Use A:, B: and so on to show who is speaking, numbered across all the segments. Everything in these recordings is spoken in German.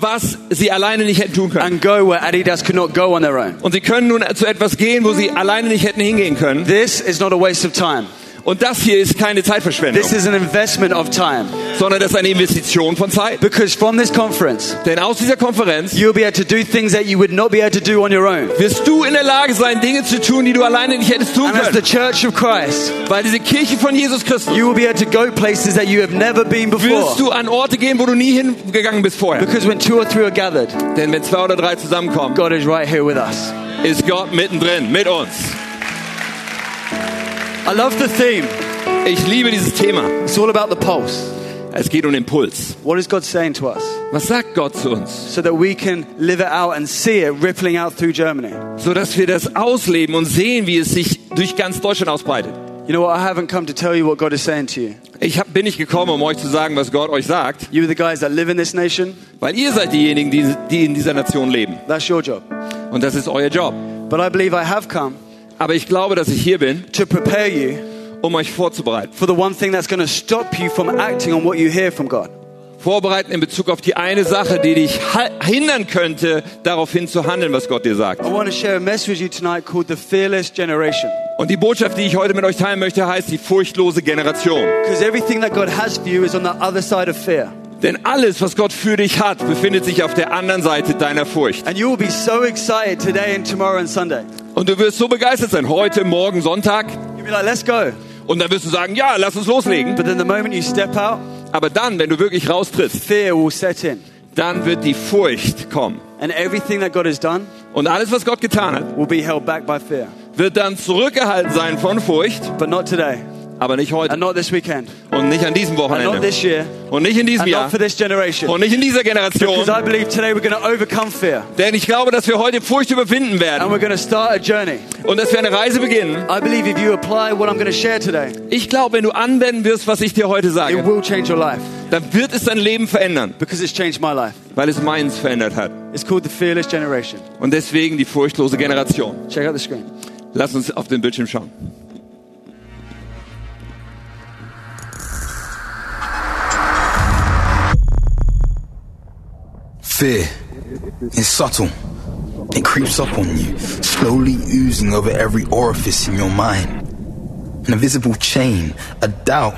A: was sie alleine nicht hätten tun können.
B: and go where Adidas could not go on their own.
A: Und sie können nun zu etwas gehen, wo sie alleine nicht hätten hingehen können.
B: This is not a waste of time.
A: Und das hier ist keine Zeitverschwendung,
B: This is an investment of time.
A: sondern das ist eine Investition von Zeit.
B: Because from this conference,
A: Denn aus dieser Konferenz
B: you'll be able to do things that you would not be able to do on your own.
A: wirst du in der Lage sein, Dinge zu tun, die du alleine nicht hättest tun
B: And as the
A: können.
B: church of Christ,
A: Weil diese Kirche von Jesus Christus
B: you will be able to go places that you have never been before.
A: wirst du an Orte gehen, wo du nie hingegangen bist vorher.
B: Because when two or three are gathered,
A: Denn wenn zwei oder drei zusammenkommen,
B: God is right here with us.
A: ist Gott mittendrin, mit uns.
B: I love the theme.
A: Ich liebe dieses Thema.
B: It's all about the pulse.
A: Es geht um Impuls.
B: What is God saying to us
A: Was sagt Gott zu uns?
B: so that we can live it out and see it rippling out through Germany?
A: So dass wir das ausleben und sehen, wie es sich durch ganz Deutschland ausbreitet.
B: You know what? I haven't come to tell you what God is saying to you.
A: Ich hab, bin nicht gekommen, um euch zu sagen, was Gott euch sagt,
B: You are the guys that live in this nation.
A: weil ihr seid diejenigen, die, die in dieser Nation leben.
B: That's your job.
A: Und das ist euer Job.
B: But I believe I have come
A: Aber ich glaube, dass ich hier bin,
B: to prepare you
A: um euch vorzubereiten.
B: for the one thing that's going to stop you from acting on what you hear from God.
A: Vorbereiten in Bezug auf die eine Sache, die dich ha- hindern könnte, daraufhin zu handeln, was Gott dir sagt.
B: I want to share a message with you tonight called the Fearless Generation.
A: Und die Botschaft, die ich heute mit euch teilen möchte, heißt die furchtlose Generation.
B: Because everything that God has for you is on the other side of fear.
A: Denn alles, was Gott für dich hat, befindet sich auf der anderen Seite deiner Furcht.
B: And you will be so excited today and tomorrow and Sunday.
A: Und du wirst so begeistert sein, heute, morgen, Sonntag.
B: You'll be like, let's go.
A: Und dann wirst du sagen, ja, lass uns loslegen.
B: But then the moment you step out,
A: Aber dann, wenn du wirklich raustrittst,
B: fear will set in.
A: dann wird die Furcht kommen.
B: And everything that God has done
A: Und alles, was Gott getan hat,
B: will be held back by fear.
A: wird dann zurückgehalten sein von Furcht,
B: But not today.
A: aber nicht heute
B: And not this weekend.
A: und nicht an diesem
B: And not
A: Wochenende
B: this year.
A: und nicht in diesem
B: And
A: Jahr
B: not for this generation.
A: und nicht in dieser
B: Because
A: Generation.
B: I believe today we're going to overcome fear.
A: Denn ich glaube, dass wir heute Furcht überwinden
B: And
A: werden
B: we're going to start a journey.
A: und dass wir eine Reise beginnen.
B: I believe if you apply what I'm going to share today,
A: Ich glaube, wenn du anwenden wirst, was ich dir heute
B: it
A: sage,
B: will change your life.
A: dann wird es dein Leben verändern,
B: Because it's changed my life.
A: weil es meins verändert hat.
B: It's called the Fearless Generation.
A: Und deswegen die furchtlose Generation.
B: Check out the screen.
A: Lass uns auf den Bildschirm schauen.
C: Fear is subtle. It creeps up on you, slowly oozing over every orifice in your mind. An invisible chain, a doubt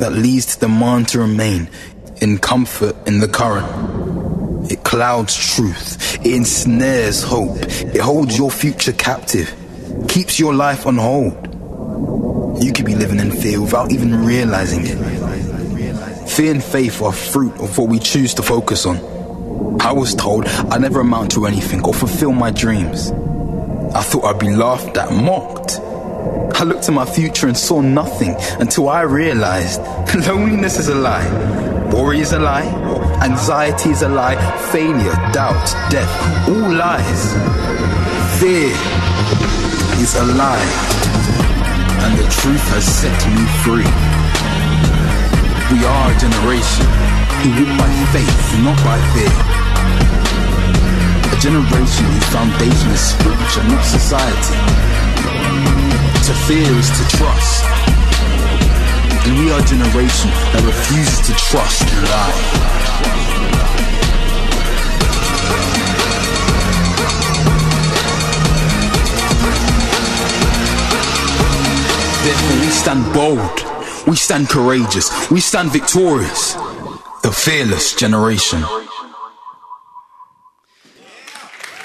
C: that leads to the mind to remain in comfort in the current. It clouds truth, it ensnares hope, it holds your future captive, keeps your life on hold. You could be living in fear without even realizing it. Fear and faith are fruit of what we choose to focus on. I was told I'd never amount to anything or fulfill my dreams. I thought I'd be laughed at, mocked. I looked at my future and saw nothing until I realized loneliness is a lie, worry is a lie, anxiety is a lie, failure, doubt, death, all lies. Fear is a lie, and the truth has set me free. We are a generation who walk by faith, not by fear. A generation whose foundation is scripture, not society. To fear is to trust. And we are a generation that refuses to trust and lie. Therefore, we stand bold, we stand courageous, we stand victorious. The fearless generation.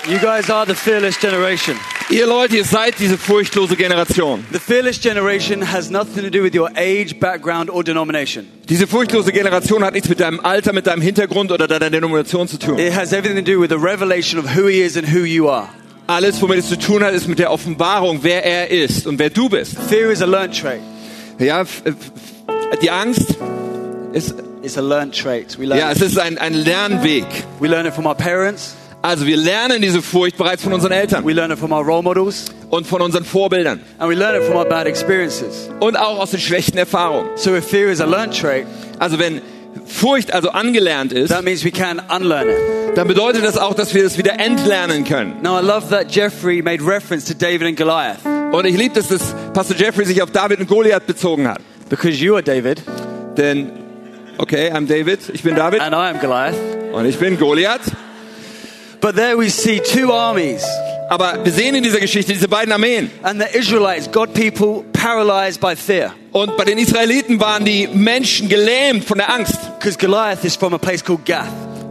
B: You guys are the fearless generation.
A: Ihr Leute, ihr seid diese furchtlose Generation.
B: The fearless generation has nothing to do with your age, background, or denomination.
A: Diese furchtlose Generation hat nichts mit deinem Alter, mit deinem Hintergrund oder deiner Denomination zu tun.
B: It has everything to do with the revelation of who He is and who you are.
A: Alles, womit es zu tun hat, ist mit der Offenbarung, wer er ist und wer du bist.
B: Fear is a learned trait.
A: Ja, f- f- die Angst ist,
B: It's a learned trait. We learn,
A: ja, es ist ein, ein Lernweg.
B: we learn it from our parents.
A: Also wir lernen diese Furcht bereits von unseren Eltern
B: We learn it from our role models.
A: und von unseren Vorbildern
B: And we learn it from our bad experiences.
A: und auch aus den schlechten Erfahrungen.
B: So if fear is a learned trait,
A: Also wenn Furcht also angelernt ist,
B: that means we can unlearn it.
A: dann bedeutet das auch, dass wir es wieder entlernen können.
B: Now I love that Jeffrey made reference to David and Goliath.
A: Und ich liebe, dass das Pastor Jeffrey sich auf David und Goliath bezogen hat.
B: Because you are David
A: Denn, okay, I'm David, ich bin David
B: and I am Goliath.
A: Und ich bin Goliath.
B: But there we see two armies
A: Aber wir sehen in dieser Geschichte diese beiden Armeen.
B: and the Israelites, God people, paralyzed by fear.
A: Und bei den Israeliten waren die Menschen gelähmt von der Angst.
B: Because Goliath is from a place called Gath.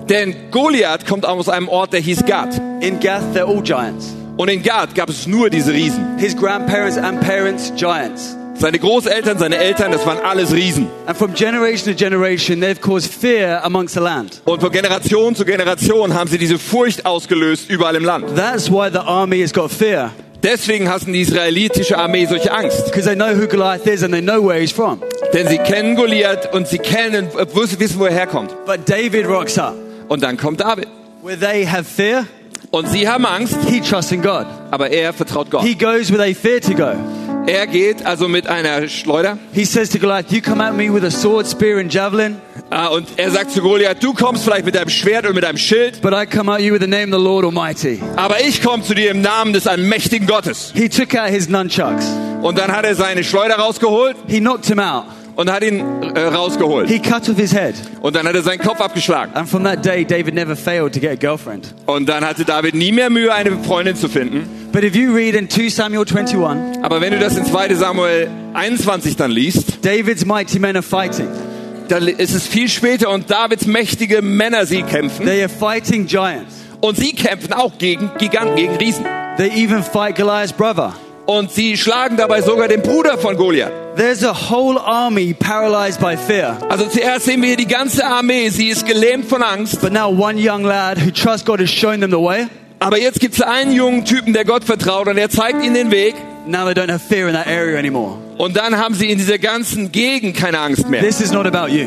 A: Denn Goliath kommt aus einem Ort, der hieß Gad.
B: In Gath, they're all giants.
A: Und in Gad gab es nur diese Riesen.
B: His grandparents and parents, giants.
A: Seine Großeltern, seine Eltern, das waren alles Riesen.
B: And from generation to generation, they've caused fear amongst the land.
A: Und von Generation zu Generation haben sie diese Furcht ausgelöst überall im Land.
B: That's why the army has got fear.
A: Deswegen hassen die israelitische Armee solche Angst.
B: Because they know who Goliath is and they know where he's from.
A: Denn sie kennen Goliath und sie kennen, äh, wissen, wissen, wo er herkommt.
B: But David rocks up.
A: Und dann kommt David.
B: Where they have fear,
A: Und sie haben Angst,
B: he trusts in God.
A: aber er vertraut Gott.
B: He goes where they fear to go.
A: Er geht also mit einer Schleuder
B: He says to Goliath, You come at me with a sword, spear, and javelin,
A: Ah, und er sagt zu Goliath, du kommst vielleicht mit deinem Schwert und mit deinem Schild,
B: but I come at you with the name of the Lord Almighty.
A: aber ich komme zu dir im Namen des allmächtigen Gottes.
B: He took out his nunchucks,
A: Und dann hat er seine Schleuder rausgeholt
B: he knocked him out,
A: und hat ihn äh, rausgeholt.
B: he cut off his head.
A: Und dann hat er seinen Kopf abgeschlagen.
B: And from that day, David never failed to get a girlfriend.
A: Und dann hatte David nie mehr Mühe, eine Freundin zu finden.
B: But if you read in 2 Samuel 21,
A: Aber wenn du das in 2 Samuel 21 dann liest,
B: David's mighty men are fighting.
A: dann ist es viel später und Davids mächtige Männer, sie kämpfen.
B: They are fighting giants.
A: Und sie kämpfen auch gegen Giganten, gegen Riesen.
B: They even fight Goliath's brother.
A: Und sie schlagen dabei sogar den Bruder von Goliath.
B: There's a whole army paralyzed by fear.
A: Also zuerst sehen wir hier die ganze Armee, sie ist gelähmt von Angst.
B: But now one young lad who trusts God has shown them the way.
A: Aber jetzt gibt's einen jungen Typen, der Gott vertraut und er zeigt ihnen den Weg.
B: Now they don't have fear in that area anymore.
A: Und dann haben sie in dieser ganzen Gegend keine Angst mehr.
B: This is not about you.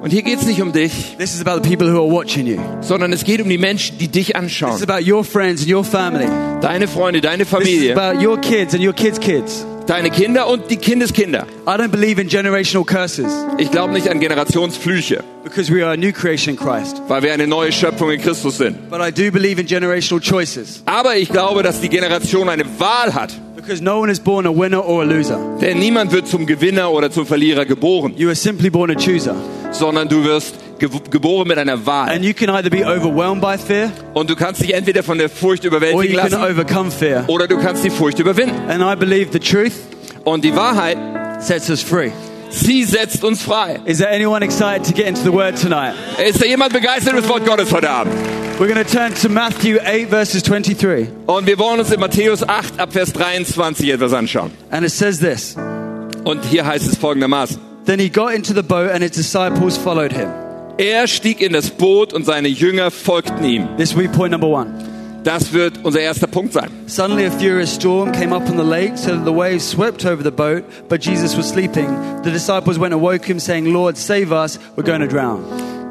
A: Und hier geht's nicht um dich,
B: This is about the people who are watching you.
A: sondern es geht um die Menschen, die dich
B: This is
A: anschauen.
B: about your friends and your family.
A: Deine Freunde, deine
B: This is
A: Familie,
B: about your kids and your kids' kids.
A: deine Kinder und die Kindeskinder.
B: I don't believe in generational curses
A: Ich glaube nicht an Generationsflüche,
B: because we are a new creation in Christ.
A: weil wir eine neue Schöpfung in Christus sind.
B: But I do believe in generational choices
A: Aber ich glaube, dass die Generation eine Wahl hat.
B: because no one is born a winner or a loser.
A: Denn niemand wird zum Gewinner oder zum Verlierer geboren,
B: You are simply born a chooser.
A: sondern du wirst ge geboren mit einer Wahl.
B: And you can either be overwhelmed by fear
A: Und du kannst dich entweder von der Furcht
B: or you
A: überwältigen
B: can
A: lassen
B: overcome fear.
A: oder du kannst die Furcht überwinden.
B: And I believe the truth
A: Und die Wahrheit,
B: sets us free.
A: sie setzt uns frei.
B: Is there anyone excited to get into the word tonight?
A: Ist da jemand begeistert mit dem Wort Gottes heute Abend?
B: We're going to turn to Matthew 8, verses 23.
A: Und wir wollen uns in Matthäus 8 ab Vers 23 etwas anschauen.
B: And it says this
A: Und hier heißt es folgendermaßen.
B: Then he got into the boat and his disciples followed him.
A: Er stieg in das Boot und seine Jünger folgten ihm.
B: This will be point number one.
A: Das wird unser erster Punkt sein.
B: Suddenly a furious storm came up on the lake so that the waves swept over the boat, but Jesus was sleeping. The disciples went and woke him, saying, Lord, save us, we're going to drown.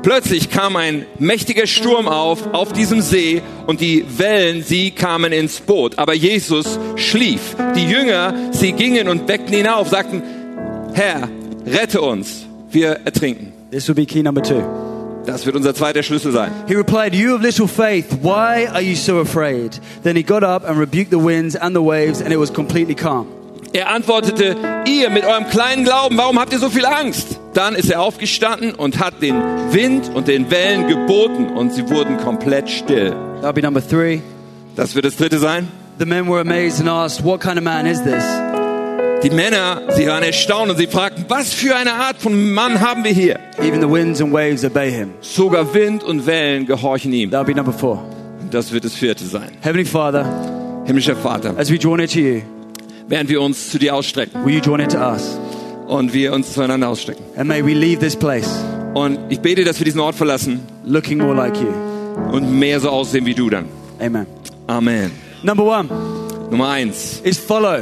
A: Plötzlich kam ein mächtiger Sturm auf, auf diesem See und die Wellen, sie kamen ins Boot. Aber Jesus schlief. Die Jünger, sie gingen und weckten ihn auf, sagten, Herr, rette uns, wir ertrinken.
B: This will be key number two.
A: Das wird unser zweiter Schlüssel sein.
B: He replied, You of little faith, why are you so afraid? Then he got up and rebuked the winds and the waves, and it was completely calm.
A: Er antwortete, ihr mit eurem kleinen Glauben, warum habt ihr so viel Angst? Dann ist er aufgestanden und hat den Wind und den Wellen geboten und sie wurden komplett still.
B: That'll be number three.
A: Das wird das dritte sein.
B: The men were amazed and asked, What kind of man is this?
A: Die Männer, sie waren erstaunt und sie fragten, was für eine Art von Mann haben wir hier?
B: Even the winds and waves obey him.
A: Sogar Wind und Wellen gehorchen ihm.
B: That'll be number four.
A: Das wird das vierte sein.
B: Heavenly Father,
A: Himmlischer Vater,
B: as we draw near to you,
A: während wir uns zu dir ausstrecken
B: will you draw near to us?
A: und wir uns zueinander ausstrecken.
B: And may we leave this place
A: Und ich bete, dass wir diesen Ort verlassen
B: looking more like you.
A: und mehr so aussehen wie du dann.
B: Amen.
A: Amen.
B: Number one
A: Nummer eins
B: is follow.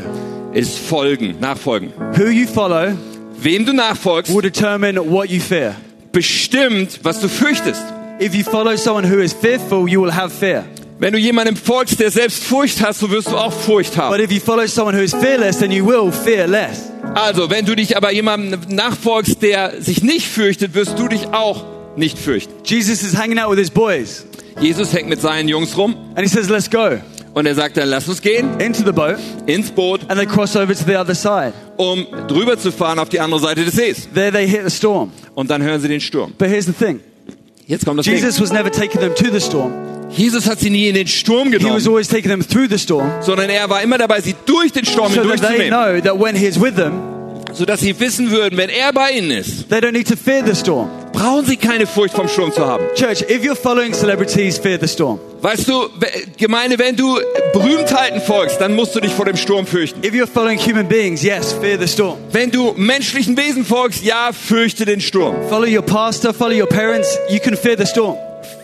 A: ist folgen, nachfolgen.
B: Who you follow
A: Wem du nachfolgst,
B: will determine what you fear.
A: bestimmt, was du fürchtest.
B: If you follow someone who is fearful, you will have fear.
A: Wenn du jemandem folgst, der selbst Furcht hast, so wirst du auch Furcht
B: But
A: haben.
B: if you follow someone who is fearless, then you will fear less.
A: Also, wenn du dich aber jemandem nachfolgst, der sich nicht fürchtet, wirst du dich auch nicht fürchten.
B: Jesus is hanging out with his boys
A: Jesus hängt mit seinen Jungs rum
B: and he says, Let's go
A: und er sagt dann, lass uns gehen
B: into the boat.
A: ins Boot,
B: And they cross over to the other side.
A: um drüber zu fahren auf die andere Seite des Sees.
B: There they hit the storm.
A: Und dann hören sie den Sturm.
B: But here's the thing
A: Jetzt kommt das Jesus,
B: Jesus was never taking them to the storm.
A: Ding. Jesus hat sie nie in den Sturm
B: He was
A: genommen,
B: always taking them through the storm
A: sondern er war immer dabei, sie durch den Sturm
B: so that they
A: hindurchzunehmen,
B: know that when He's with them,
A: sodass sie wissen würden, wenn er bei ihnen ist,
B: they don't need to fear the storm.
A: brauchen sie keine Furcht vom Sturm zu haben.
B: Church, if you're following celebrities, fear the storm.
A: Weißt du, we- Gemeinde, wenn du Berühmtheiten folgst, dann musst du dich vor dem Sturm fürchten.
B: If you're following human beings, yes, fear the storm.
A: Wenn du menschlichen Wesen folgst, ja, fürchte den Sturm.
B: Follow your pastor, follow your parents, you can fear the storm.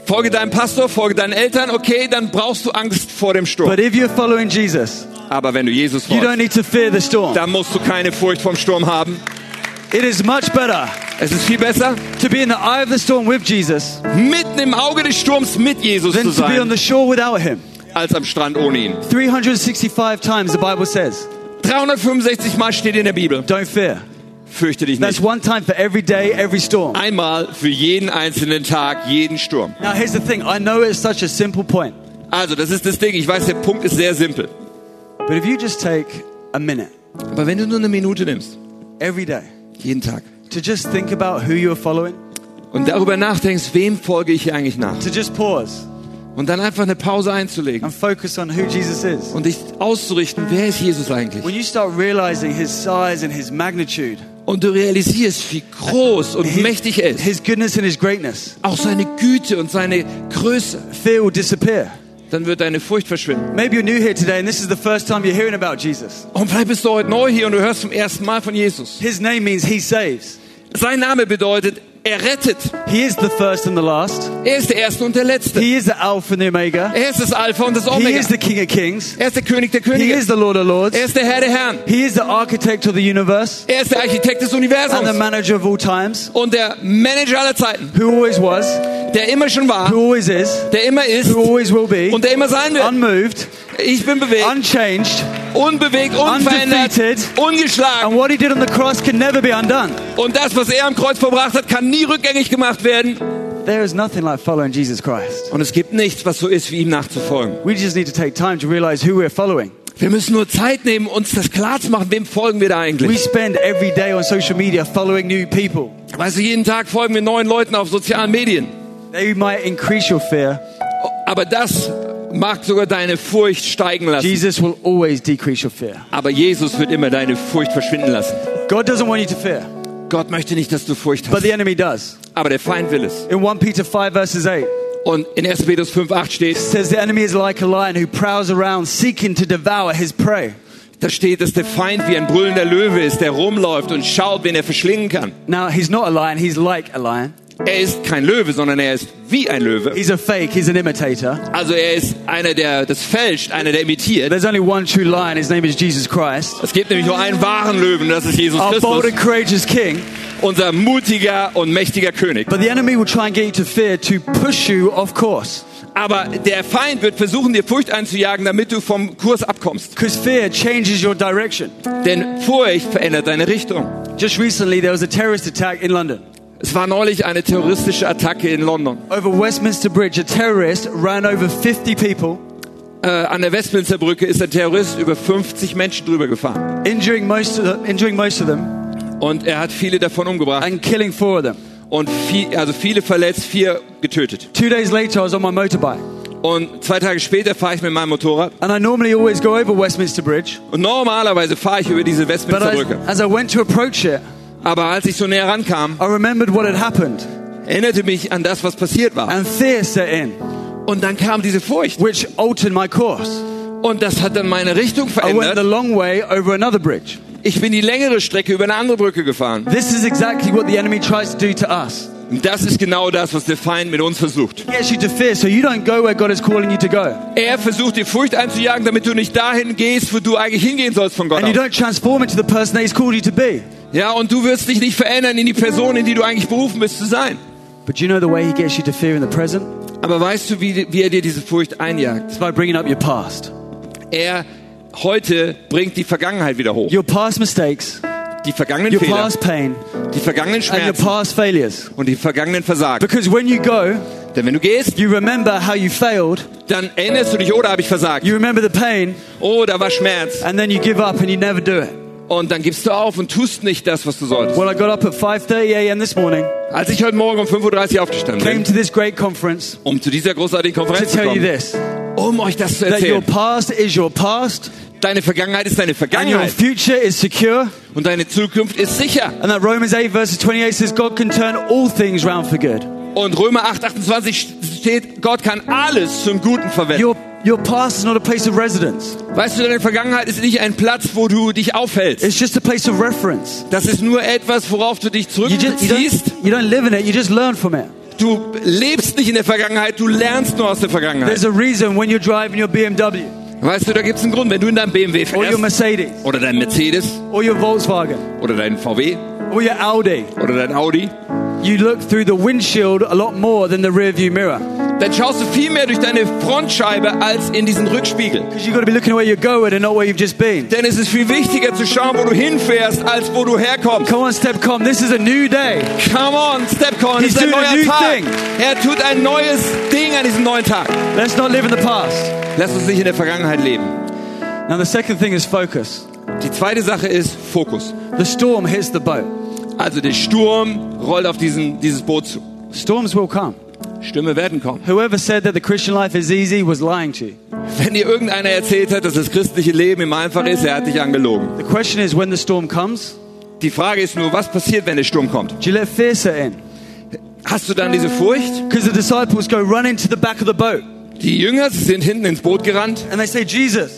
A: Folge deinem Pastor, folge deinen Eltern, okay, dann brauchst du Angst vor dem Sturm.
B: But if you're following Jesus,
A: Aber wenn du Jesus
B: you
A: folgst,
B: don't need to fear the storm.
A: dann musst du keine Furcht vom Sturm haben.
B: It is much better
A: Es ist viel besser,
B: to be in the eye of the storm with Jesus
A: mitten im Auge des Sturms mit Jesus
B: than
A: zu
B: to be on
A: sein,
B: the shore without him.
A: als am Strand ohne ihn.
B: 365 times the Bible says,
A: 365 Mal steht in der Bibel,
B: don't fear.
A: fürchte dich
B: That's
A: nicht.
B: one time for every day, every storm.
A: Einmal für jeden einzelnen Tag, jeden Sturm.
B: Now, here's the thing I know it's such a simple point,
A: Also, das ist das Ding. Ich weiß, der Punkt ist sehr simpel.
B: but if you just take a minute
A: Aber wenn du nur eine Minute nimmst,
B: every day
A: jeden Tag,
B: to just think about who you're following,
A: und darüber nachdenkst, wem folge ich hier eigentlich nach?
B: to just pause
A: Und dann einfach eine Pause einzulegen
B: and focus on who Jesus is.
A: und dich auszurichten, wer ist Jesus eigentlich?
B: When you start realizing his size and his magnitude,
A: Und du realisierst, wie groß und mächtig er ist.
B: his goodness and his greatness,
A: Auch seine Güte und seine Größe.
B: fear will disappear.
A: Dann wird deine Furcht verschwinden.
B: Maybe you're new here today and this is the first time you're hearing about Jesus.
A: Und vielleicht bist du heute neu hier und du hörst zum ersten Mal von Jesus.
B: His name means he saves.
A: Sein Name bedeutet, er rettet.
B: He is the first and the last.
A: Er ist der Erste und der Letzte.
B: He is the Alpha and the Omega.
A: Er ist das Alpha und das
B: He
A: Omega.
B: is the King of Kings.
A: Er ist der König der
B: He
A: Könige.
B: is the Lord of Lords.
A: Er ist der Herr der Herren.
B: He is the architect of the universe
A: Er ist der Architekt des
B: and the
A: Universums
B: manager of all times,
A: und der Manager aller Zeiten,
B: who always was,
A: der immer schon war,
B: who always is,
A: der immer ist
B: who always will be,
A: und der immer sein wird.
B: unmoved,
A: Ich bin bewegt,
B: unchanged.
A: unbewegt, unverändert,
B: Undefeated. And
A: ungeschlagen.
B: what he did on the cross can never be undone.
A: Und das, was er am Kreuz verbracht hat, kann nie rückgängig gemacht werden.
B: There is nothing like following Jesus Christ.
A: Und es gibt nichts, was so ist, wie ihm nachzufolgen.
B: We just need to take time to realize who we're following.
A: Wir müssen nur Zeit nehmen, uns das klar zu machen, wem folgen wir da
B: We
A: eigentlich.
B: spend every day on social media following new people.
A: Weißt du, jeden Tag folgen wir neuen Leuten auf sozialen Medien.
B: They might increase your fear.
A: Aber das mag sogar deine Furcht steigen lassen.
B: Jesus will always decrease your fear.
A: Aber Jesus wird immer deine Furcht verschwinden lassen.
B: God doesn't want you to fear,
A: Gott möchte nicht, dass du Furcht
B: but
A: hast.
B: the enemy does.
A: Aber der Feind will es.
B: In 1 Peter 5, verses 8,
A: Und in 1. Petrus 5,8 steht,
B: says the enemy is like a lion who prowls around seeking to devour his prey.
A: da steht, dass der Feind wie ein brüllender Löwe ist, der rumläuft und schaut, wen er verschlingen kann.
B: Now, he's not a lion, he's like a lion.
A: Er ist kein Löwe, sondern er ist wie ein Löwe.
B: He's a fake, he's an imitator.
A: Also er ist einer, der das fälscht, einer, der imitiert.
B: There's only one true lion, his name is Jesus Christ.
A: Es gibt nämlich nur einen wahren Löwen, das ist Jesus
B: Our bold
A: Christus,
B: and courageous king.
A: unser mutiger und mächtiger König.
B: But the enemy will try and get you to fear to push you off course.
A: Aber der Feind wird versuchen, dir Furcht einzujagen, damit du vom Kurs abkommst.
B: Because fear changes your direction.
A: Denn Furcht verändert deine Richtung.
B: Just recently, there was a terrorist attack in London.
A: Es war neulich eine terroristische Attacke in London.
B: Over Westminster Bridge, a terrorist ran over 50 people,
A: Äh, an der Westminsterbrücke ist ein Terrorist über 50 Menschen drüber gefahren.
B: injuring most, of them, injuring most of them
A: Und er hat viele davon umgebracht
B: and killing four of them.
A: und viel, also viele verletzt, vier getötet.
B: Two days later, I was on my motorbike.
A: Und zwei Tage später fahre ich mit meinem Motorrad
B: And I normally always go over Westminster Bridge.
A: und normalerweise fahre ich über diese
B: But I,
A: Westminsterbrücke.
B: as I went to approach it,
A: Aber als ich so näher rankam,
B: I remembered what had happened.
A: erinnerte mich an das, was passiert war.
B: And fear set in,
A: Und dann kam diese Furcht
B: which altered my course.
A: und das hat dann meine Richtung
B: I went the
A: verändert.
B: long way over another bridge.
A: Ich bin die längere Strecke über eine andere Brücke gefahren.
B: This is exactly what the enemy tries to do to us.
A: Und das ist genau das, was der Feind mit uns versucht.
B: He gets you to fear so you don't go where God is calling you to go.
A: Er versucht dir Furcht einzujagen, damit du nicht dahin gehst, wo du eigentlich hingehen sollst von Gott.
B: And you
A: aus.
B: don't transform into the person that he's called you to be.
A: Ja, und du wirst dich nicht verändern in die Person, in die du eigentlich berufen bist zu sein.
B: But you know the way he gets you to fear in the present?
A: Aber weißt du, wie, wie er dir diese Furcht einjagt?
B: It's by bringing up your past.
A: Er heute bringt die Vergangenheit wieder hoch.
B: Your past mistakes,
A: Die vergangenen
B: your
A: Fehler,
B: past pain,
A: die vergangenen
B: and your
A: Schmerzen
B: past failures.
A: und die vergangenen Versagen.
B: Because when you go,
A: Denn wenn du gehst,
B: you remember how you failed,
A: dann erinnerst du dich, oh, da habe ich versagt.
B: you remember the pain,
A: Oh, da war Schmerz.
B: and then you give up and you never do it.
A: Und dann gibst du auf und tust nicht das, was du solltest.
B: Well, I got up at 5:30 a.m. this morning,
A: Als ich heute Morgen um 5.30 Uhr aufgestanden
B: came
A: bin,
B: to this great conference
A: um zu dieser großartigen
B: to
A: Konferenz zu
B: tell you
A: kommen,
B: this:
A: um euch das zu
B: that your
A: erzählen.
B: past is your past,
A: Deine Vergangenheit ist deine
B: and your
A: Vergangenheit
B: future is secure,
A: und deine Zukunft ist sicher.
B: and that Romans 8 verses 28 says God can turn all things round for good.
A: Und Römer 8, 28 steht, Gott kann alles zum Guten verwenden.
B: Your your past is not a place of residence;
A: Weißt du, deine Vergangenheit ist nicht ein Platz, wo du dich aufhältst.
B: it's just a place of reference.
A: Das ist nur etwas, worauf du dich
B: You just you
A: zurückziehst.
B: don't, you don't live in it; you just learn from it.
A: Du lebst nicht in der Vergangenheit, du lernst nur aus der Vergangenheit.
B: There's a reason when you're driving your BMW
A: Weißt du, da gibt es einen Grund, wenn du in deinem BMW
B: or your
A: fährst
B: Mercedes
A: oder dein Mercedes
B: or your Volkswagen
A: oder dein VW
B: or your Audi,
A: oder dein Audi,
B: you look through the windshield a lot more than the rearview mirror
A: dann schaust du viel mehr durch deine Frontscheibe als in diesen Rückspiegel.
B: because you've got to be looking where you're going and not where you've just been.
A: Denn es ist viel wichtiger zu schauen, wo du hinfährst, als wo du herkommst.
B: Come on, step calm. This is a new day.
A: Come on, Stepcon, es
B: He's
A: ist ein
B: doing a
A: neuer
B: new
A: Tag.
B: thing.
A: Er tut ein neues Ding an diesem neuen Tag.
B: Let's not live in the past.
A: Lass uns nicht in der Vergangenheit leben.
B: Now, the second thing is focus.
A: Die zweite Sache ist Fokus.
B: The storm hits the boat.
A: Also der Sturm rollt auf diesen, dieses Boot zu.
B: Storms will come.
A: Stürme werden kommen.
B: Whoever said that the Christian life is easy was lying to you.
A: Wenn dir irgendeiner erzählt hat, dass das christliche Leben immer einfach ist, er hat dich angelogen.
B: The question is when the storm comes,
A: Die Frage ist nur, was passiert, wenn der Sturm kommt?
B: do you let fear set in?
A: Hast du dann diese Furcht?
B: Because the disciples go running to the back of the boat
A: Die Jünger sie sind hinten ins Boot gerannt
B: and they say, Jesus,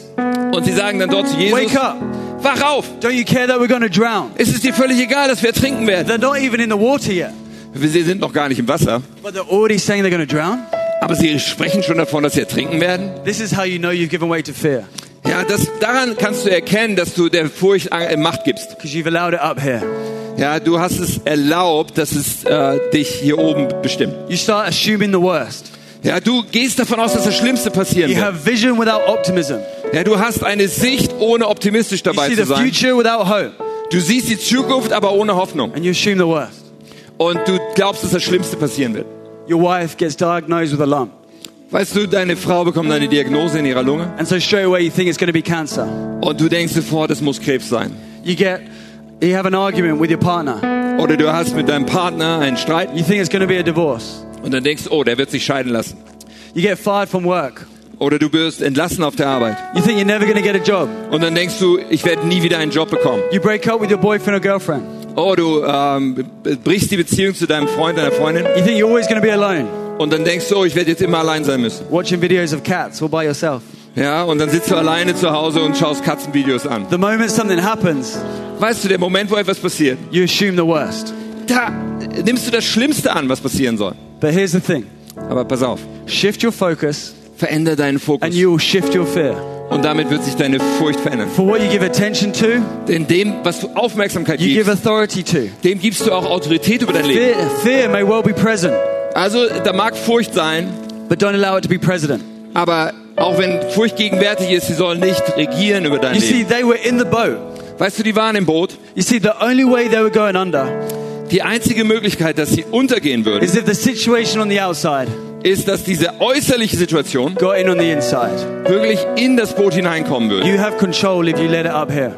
A: und sie sagen dann dort zu Jesus,
B: wake up.
A: wach auf!
B: Don't you care that we're going to drown?
A: Es ist dir völlig egal, dass wir ertrinken werden.
B: They're not even in the water yet.
A: Sie sind noch gar nicht im Wasser,
B: But they're already saying they're going to drown?
A: aber sie sprechen schon davon, dass sie ertrinken werden.
B: This is how you know you've given way to fear.
A: Ja, das, daran kannst du erkennen, dass du der Furcht an- äh, Macht gibst.
B: Because you've allowed it up here.
A: Ja, du hast es erlaubt, dass es äh, dich hier oben bestimmt.
B: You start assuming the worst.
A: Ja, du gehst davon aus, dass das Schlimmste passieren
B: You
A: wird.
B: have vision without optimism.
A: Ja, du hast eine Sicht, ohne optimistisch
B: You
A: dabei
B: see
A: zu
B: the
A: sein.
B: future without hope.
A: Du siehst die Zukunft, aber ohne Hoffnung.
B: And you assume the worst.
A: Und du glaubst, dass das Schlimmste passieren wird.
B: Your wife gets diagnosed with a lump.
A: Weißt du, deine Frau bekommt eine Diagnose in ihrer Lunge
B: And so straight away you think it's going to be cancer.
A: und du denkst sofort, es muss Krebs sein.
B: You get, you have an argument with your partner.
A: Oder du hast mit deinem Partner einen Streit
B: You think it's going to be a divorce.
A: und dann denkst, oh, der wird sich scheiden lassen.
B: You get fired from work.
A: Oder du wirst entlassen auf der Arbeit.
B: You think you're never going to get a job.
A: Und dann denkst du, ich werde nie wieder einen Job bekommen.
B: You break up with your boyfriend or girlfriend.
A: Oh, du ähm, brichst die Beziehung zu deinem Freund, deiner Freundin.
B: You think you're always going to be alone,
A: Und dann denkst du, oh, ich werde jetzt immer allein sein müssen.
B: watching videos of cats all by yourself.
A: Ja, und dann sitzt du alleine zu Hause und schaust Katzenvideos an.
B: The moment something happens,
A: Weißt du, der Moment, wo etwas passiert,
B: you assume the worst.
A: da äh, nimmst du das Schlimmste an, was passieren soll.
B: But here's the thing
A: Aber pass auf,
B: shift your focus,
A: veränder deinen Fokus.
B: and you will shift your fear.
A: Und damit wird sich deine Furcht verändern.
B: For what you give attention to,
A: Denn dem, was du Aufmerksamkeit
B: you give
A: gibst,
B: authority to.
A: dem gibst du auch Autorität über dein Leben.
B: Fear, fear may well be present,
A: Also, da mag Furcht sein,
B: but don't allow it to be president.
A: aber auch wenn Furcht gegenwärtig ist, sie soll nicht regieren über dein
B: You
A: Leben.
B: see, they were in the boat.
A: Weißt du, die waren im Boot.
B: You see, the only way they were going under
A: Die einzige Möglichkeit, dass sie untergehen würden,
B: is if the situation on the outside
A: ist, dass diese äußerliche Situation
B: got in on the inside.
A: wirklich in das Boot hineinkommen würde.
B: You have control if you let it up here.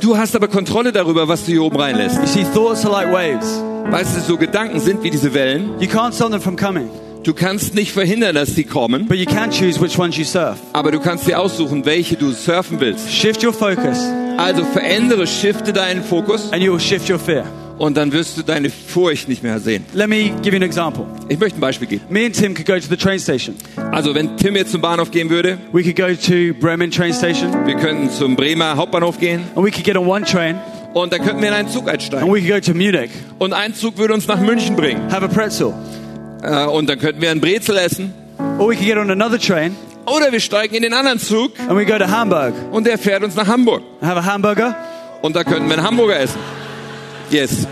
A: Du hast aber Kontrolle darüber, was du hier oben reinlässt.
B: You see, thoughts are like waves.
A: Weißt du, so Gedanken sind wie diese Wellen.
B: You can't stop them from coming,
A: Du kannst nicht verhindern, dass sie kommen,
B: but you can choose which ones you surf.
A: aber du kannst dir aussuchen, welche du surfen willst.
B: Shift your focus,
A: Also verändere, shifte deinen Fokus
B: and you will shift your fear.
A: und dann wirst du deine Furcht nicht mehr sehen.
B: Let me give you an example.
A: Ich möchte ein Beispiel geben.
B: Me and Tim could go to the train station.
A: Also wenn Tim jetzt zum Bahnhof gehen würde,
B: We could go to Bremen train station, and
A: wir könnten zum Bremer Hauptbahnhof gehen
B: we could get on one train,
A: und dann könnten wir in einen Zug einsteigen.
B: and we could go to Munich,
A: Und ein Zug würde uns nach München bringen.
B: have a pretzel.
A: Äh, und dann könnten wir ein Brezel essen.
B: Or we could get on another train,
A: Oder wir steigen in den anderen Zug
B: and we go to Hamburg,
A: und der fährt uns nach Hamburg.
B: and have a hamburger.
A: Und da könnten wir einen Hamburger essen. Yes.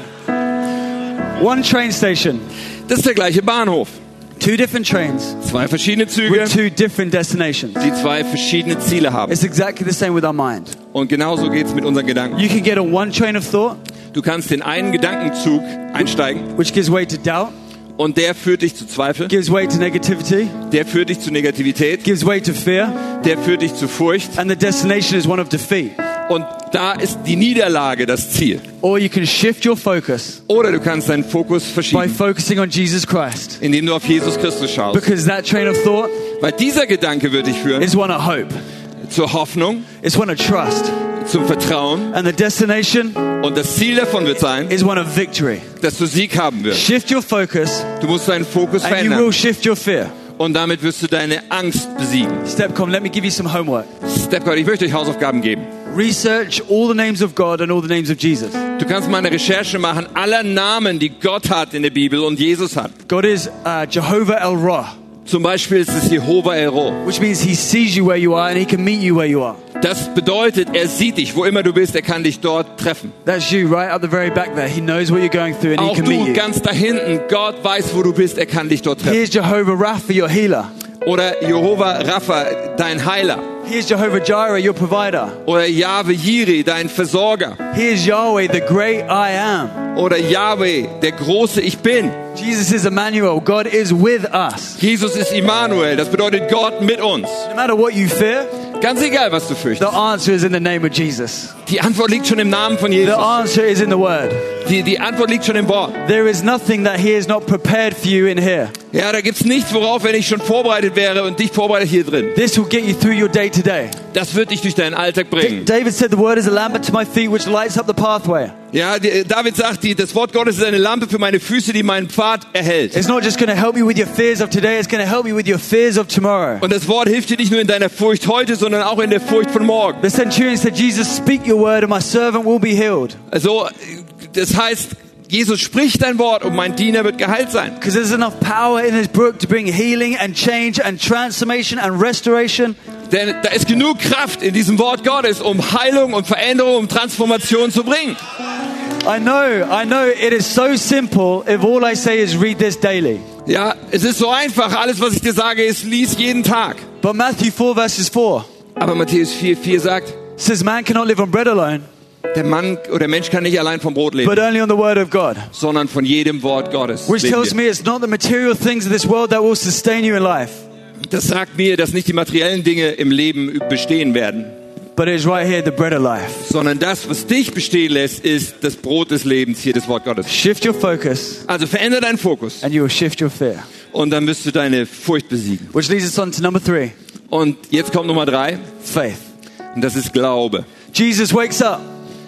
B: One train station,
A: Das ist der gleiche Bahnhof.
B: two different trains
A: Zwei verschiedene Züge,
B: with two different destinations.
A: die zwei verschiedene Ziele haben.
B: It's exactly the same with our mind.
A: Und genauso geht's mit unseren Gedanken.
B: You can get on one train of thought,
A: Du kannst in einen Gedankenzug einsteigen
B: which gives way to doubt,
A: und der führt dich zu Zweifel,
B: gives way to negativity,
A: der führt dich zu Negativität,
B: gives way to fear,
A: der führt dich zu Furcht
B: and the destination is one of defeat.
A: Und da ist die Niederlage das Ziel.
B: Or you can shift your focus
A: Oder du kannst deinen Fokus
B: by
A: verschieben,
B: focusing on Jesus Christ.
A: indem du auf Jesus Christus schaust.
B: Because that train of thought
A: Weil dieser Gedanke wird dich führen
B: is one of hope,
A: zur Hoffnung,
B: it's one of trust.
A: zum Vertrauen.
B: And the destination
A: Und das Ziel davon wird sein,
B: is one of victory.
A: dass du Sieg haben wirst.
B: Shift your focus
A: Du musst deinen Fokus
B: and you
A: verändern.
B: will shift your fear.
A: Und damit wirst du deine Angst besiegen.
B: Stepcom, let me give you some homework.
A: Stepgott, ich möchte euch Hausaufgaben geben.
B: Research all the names of God and all the names of Jesus.
A: Du kannst mal eine Recherche machen aller Namen, die Gott hat in der Bibel und Jesus hat.
B: God is uh, Jehovah El Ra,
A: Zum Beispiel ist es Jehova El Roh.
B: which means He sees you where you are and He can meet you where you are.
A: Das bedeutet, er sieht dich, wo immer du bist, er kann dich dort treffen.
B: That's you right at the very back there. He knows what you're going through and He
A: Auch
B: can meet
A: du
B: you.
A: ganz da hinten, Gott weiß, wo du bist, er kann dich dort treffen.
B: Here's Jehovah Rapha, your healer.
A: Oder Jehova Rapha, dein Heiler.
B: Here's Jehovah Jireh, your provider.
A: Oder Jahwe Jiri, dein Versorger.
B: Here's Yahweh, the great I am.
A: Oder Yahweh, der große Ich Bin.
B: Jesus is Emmanuel. God is with us.
A: Jesus ist Immanuel, das bedeutet Gott mit uns.
B: No matter what you fear,
A: Ganz egal, was du
B: the
A: fürchtest.
B: answer is in the name of Jesus.
A: Die Antwort liegt schon im Namen von Jesus.
B: The answer is in the Word.
A: Die, die Antwort liegt schon im Wort.
B: There is nothing that He is not prepared for you in here.
A: Ja, da gibt's nichts, worauf, wenn ich schon vorbereitet wäre und dich vorbereitet hier drin.
B: This will get you through your day to day.
A: Das wird dich durch deinen Alltag
B: D-
A: bringen.
B: David said, The word is a lamp unto my feet, which lights up the pathway.
A: Ja, die, äh, David sagt, die, das Wort Gottes ist eine Lampe für meine Füße, die meinen Pfad erhält.
B: It's not just going to help you with your fears of today, it's going to help you with your fears of tomorrow.
A: Und das Wort hilft dir nicht nur in deiner Furcht heute, sondern auch in der Furcht von morgen.
B: The centurion said, Jesus, speak your word, and my servant will be healed.
A: Also, das heißt, Jesus spricht dein Wort und mein Diener wird geheilt sein.
B: Because there's enough power in this book to bring healing and change and transformation and restoration.
A: Denn da ist genug Kraft in diesem Wort Gottes, um Heilung und Veränderung und Transformation zu bringen.
B: I know, I know it is so simple if all I say is read this daily.
A: Ja, es ist so einfach. Alles, was ich dir sage, ist, lies jeden Tag.
B: But Matthew 4, verses 4
A: Aber Matthäus 4, 4 sagt,
B: says, Man cannot live on bread alone,
A: Der Mann oder der Mensch kann nicht allein vom Brot leben,
B: but only on the word of God.
A: sondern von jedem Wort Gottes.
B: Which
A: leben
B: tells
A: wir.
B: me it's not the material things of this world that will sustain you in life,
A: Das sagt mir, dass nicht die materiellen Dinge im Leben bestehen werden,
B: but it is right here the bread of life.
A: sondern das, was dich bestehen lässt, ist das Brot des Lebens, hier das Wort Gottes.
B: Shift your focus
A: Also verändere deinen Fokus
B: and you will shift your fear.
A: und dann wirst du deine Furcht besiegen.
B: Which leads us on to number three
A: Und jetzt kommt Nummer drei
B: faith.
A: und das ist Glaube.
B: Jesus wakes up,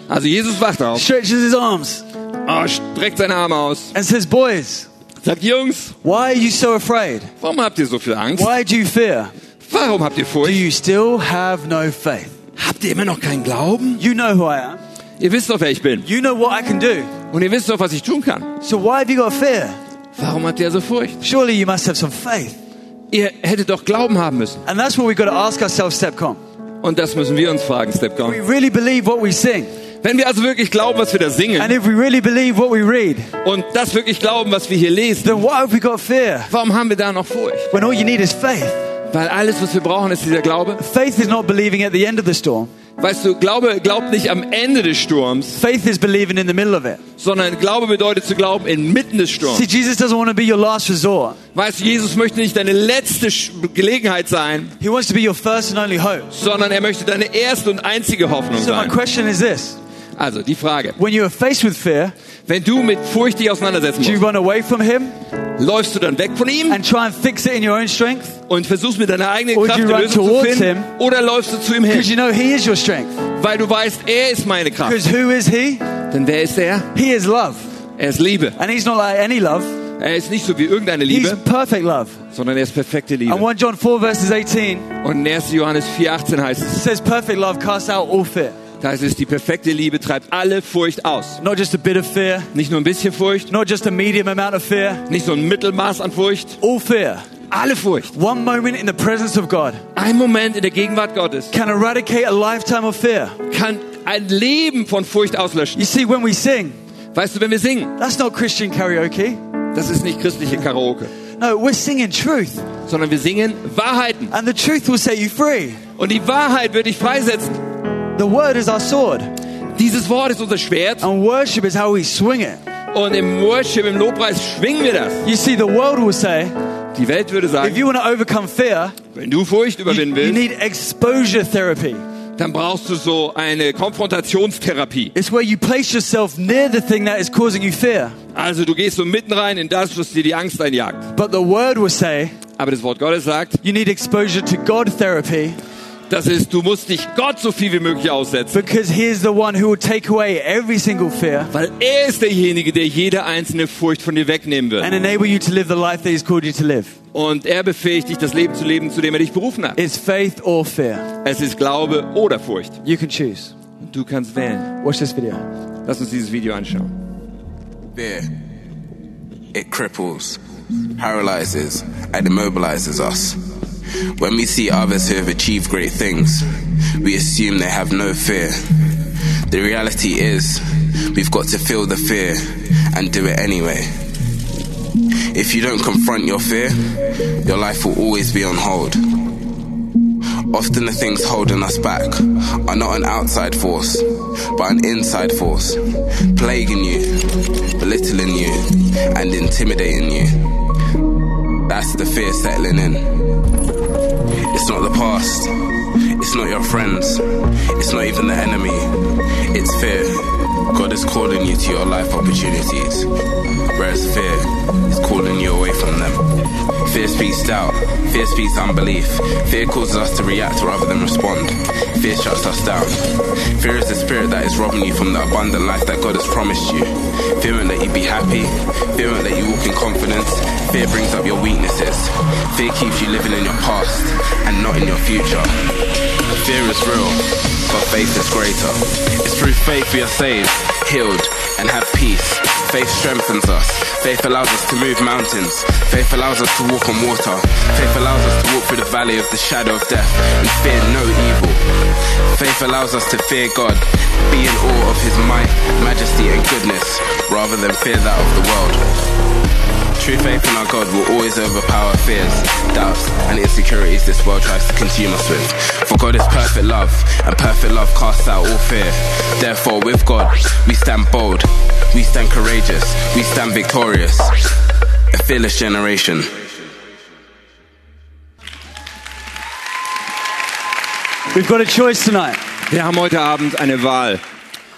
A: Also Jesus wacht auf,
B: stretches his arms,
A: oh, streckt seine Arme aus,
B: and says, Boys,
A: sagt, Jungs,
B: why are you so afraid?
A: warum habt ihr so viel Angst?
B: Why do you fear?
A: Warum habt ihr
B: Do
A: Furcht?
B: you still have no faith?
A: Habt ihr immer noch keinen Glauben?
B: You know who I am.
A: Ihr wisst doch, wer ich bin
B: You know what I can do.
A: und ihr wisst doch, was ich tun kann.
B: So why have you got fear?
A: Warum habt ihr so Furcht?
B: Surely you must have some faith.
A: Ihr hättet doch Glauben haben müssen.
B: And that's what we've got to ask ourselves, Stepcom.
A: Und das müssen wir uns fragen,
B: We
A: Stepcom.
B: really believe what we sing.
A: Wenn wir also wirklich glauben, was wir da
B: And
A: singen
B: if we really believe what we read,
A: und das wirklich glauben, was wir hier lesen,
B: then why have we got fear?
A: warum haben wir da noch Furcht?
B: When all you need is faith.
A: Weil alles, was wir brauchen, ist dieser Glaube.
B: Faith is not believing at the end of the storm.
A: Weißt du, Glaube glaubt nicht am Ende des Sturms,
B: Faith is believing in the middle of it.
A: sondern Glaube bedeutet zu glauben inmitten des
B: See,
A: Sturms.
B: Jesus doesn't want to be your last resort.
A: Weißt du, Jesus möchte nicht deine letzte Sch- Gelegenheit sein,
B: He wants to be your first and only hope.
A: sondern er möchte deine erste und einzige Hoffnung
B: So my
A: sein.
B: question is this.
A: Also, die Frage.
B: When you are faced with fear,
A: Wenn du mit Furcht dich auseinandersetzen
B: do you
A: musst,
B: run away from him
A: läufst du dann weg von ihm?
B: and try and fix it in your own strength?
A: und versuchst mit deiner eigenen
B: Would
A: Kraft
B: you
A: eine
B: run
A: Lösung zu
B: towards
A: finden
B: him?
A: oder läufst du zu ihm
B: Because
A: hin,
B: you know he is your strength.
A: weil du weißt, er ist meine Kraft.
B: Because who is he?
A: Denn wer ist er?
B: He is love.
A: Er ist Liebe.
B: And he's not like any love.
A: Er ist nicht so wie irgendeine
B: He's
A: Liebe,
B: perfect love.
A: sondern er ist perfekte Liebe.
B: And 1 John 4 verses 18
A: Und in 1. Johannes 4,18 heißt es,
B: says perfect love casts out all fear.
A: da heißt es, die perfekte Liebe treibt alle Furcht aus.
B: Not just a bit of fear,
A: Nicht nur ein bisschen Furcht,
B: not just a medium amount of fear.
A: nicht so ein Mittelmaß an Furcht,
B: All fear.
A: alle Furcht.
B: One moment in the presence of God
A: Ein Moment in der Gegenwart Gottes
B: can eradicate a lifetime of fear.
A: kann ein Leben von Furcht auslöschen.
B: You see, when we sing,
A: Weißt du, wenn wir singen,
B: that's not Christian karaoke.
A: das ist nicht christliche Karaoke,
B: No, we're singing truth.
A: sondern wir singen Wahrheiten.
B: And the truth will set you free.
A: Und die Wahrheit wird dich freisetzen.
B: The word is our sword.
A: Dieses Wort ist unser Schwert
B: And worship is how we swing it.
A: und im Worship, im Lobpreis schwingen wir das.
B: You see, the world will say,
A: Die Welt würde
B: if
A: sagen,
B: you want to overcome fear,
A: wenn du Furcht
B: you,
A: überwinden
B: you
A: willst,
B: need exposure therapy.
A: dann brauchst du so eine Konfrontationstherapie.
B: It's where you place yourself near the thing that is causing you fear.
A: Also du gehst so mitten rein in das, was dir die Angst einjagt.
B: But the word will say
A: Aber das Wort Gottes sagt,
B: you need exposure to God therapy
A: das ist, du musst dich Gott so viel wie möglich aussetzen.
B: because He is the one who will take away every single fear
A: Weil er ist derjenige, der jede einzelne Furcht von dir wegnehmen
B: and
A: wird.
B: enable you to live the life that He's called you to live.
A: Und er befähigt dich, das Leben zu leben, zu dem er dich berufen hat.
B: It's faith or fear.
A: Es ist Glaube oder Furcht.
B: You can choose.
A: Du kannst wählen.
B: Watch this video.
A: Lass uns dieses Video anschauen.
D: Fear. It cripples, paralyzes, and immobilizes us. When we see others who have achieved great things, we assume they have no fear. The reality is, we've got to feel the fear and do it anyway. If you don't confront your fear, your life will always be on hold. Often the things holding us back are not an outside force, but an inside force, plaguing you, belittling you, and intimidating you. That's the fear settling in. It's not the past, it's not your friends, it's not even the enemy, it's fear. God is calling you to your life opportunities, whereas fear is calling you away from them. Fear speaks doubt. Fear speaks unbelief. Fear causes us to react rather than respond. Fear shuts us down. Fear is the spirit that is robbing you from the abundant life that God has promised you. Fear won't let you be happy. Fear won't let you walk in confidence. Fear brings up your weaknesses. Fear keeps you living in your past and not in your future. Fear is real, but faith is greater. It's through faith we are saved, healed, and have peace. Faith strengthens us. Faith allows us to move mountains. Faith allows us to walk on water. Faith allows us to walk through the valley of the shadow of death and fear no evil. Faith allows us to fear God, be in awe of his might, majesty, and goodness, rather than fear that of the world. True faith in our God will always overpower fears, doubts, and insecurities this world tries to consume us with. For God is perfect love, and perfect love casts out all fear. Therefore, with God, we stand bold, we stand courageous, we stand victorious. A fearless generation.
B: We've got a choice tonight.
A: Wir haben heute Abend eine Wahl.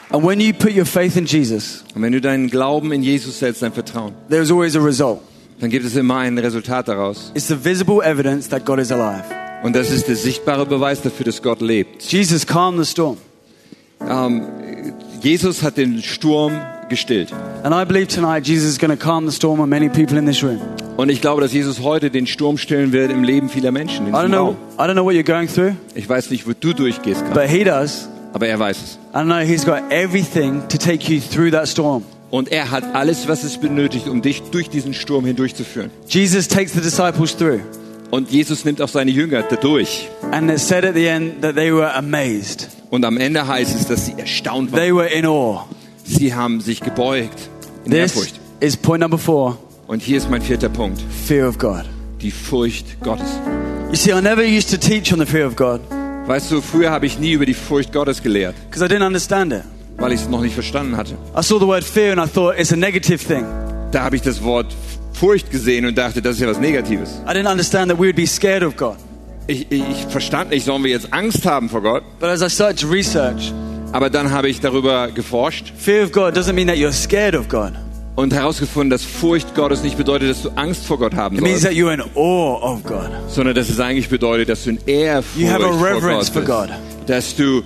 B: And when you put your faith in Jesus,
A: Und wenn du deinen Glauben in Jesus setzt, dein Vertrauen,
B: there's always a result.
A: dann gibt es immer ein Resultat daraus.
B: It's the visible evidence that God is alive.
A: Und das ist der sichtbare Beweis dafür, dass Gott lebt. Ähm,
B: Jesus calmed the storm.
A: Jesus hat den Sturm gestillt.
B: And I believe tonight Jesus is going to calm the storm on many people in this room.
A: Und ich glaube, dass Jesus heute den Sturm stillen wird im Leben vieler Menschen. in
B: I
A: diesem
B: don't know,
A: Raum.
B: I don't know what you're going through,
A: Ich weiß nicht, wo du durchgehst, gerade,
B: but He does.
A: aber er weiß es.
B: I know He's got everything to take you through that storm.
A: Und er hat alles, was es benötigt, um dich durch diesen Sturm hindurchzuführen.
B: Jesus takes the disciples through.
A: Und Jesus nimmt auch seine Jünger dadurch.
B: And it said at the end that they were amazed.
A: Und am Ende heißt es, dass sie erstaunt waren.
B: They were in awe.
A: Sie haben sich gebeugt in
B: This
A: Ehrfurcht.
B: is point number four
A: Und hier ist mein vierter Punkt.
B: fear of God.
A: Die Furcht Gottes.
B: You see, I never used to teach on the fear of God
A: Weißt du, früher habe ich nie über die Furcht Gottes gelehrt,
B: because I didn't understand it.
A: weil ich es noch nicht verstanden hatte.
B: I saw the word fear and I thought it's a negative thing.
A: Da habe ich das Wort Furcht gesehen und dachte, das ist ja was Negatives.
B: I didn't understand that we would be scared of God.
A: Ich, ich, ich verstand nicht, sollen wir jetzt Angst haben vor Gott?
B: But as I started to research,
A: Aber dann habe ich darüber geforscht
B: fear of God doesn't mean that you're scared of God.
A: und herausgefunden, dass Furcht Gottes nicht bedeutet, dass du Angst vor Gott haben
B: It means
A: sollst,
B: that you're in awe of God.
A: sondern dass es eigentlich bedeutet, dass du in Ehrfurcht
B: You have a
A: vor
B: reverence
A: Gott
B: for
A: bist.
B: God.
A: Dass du äh,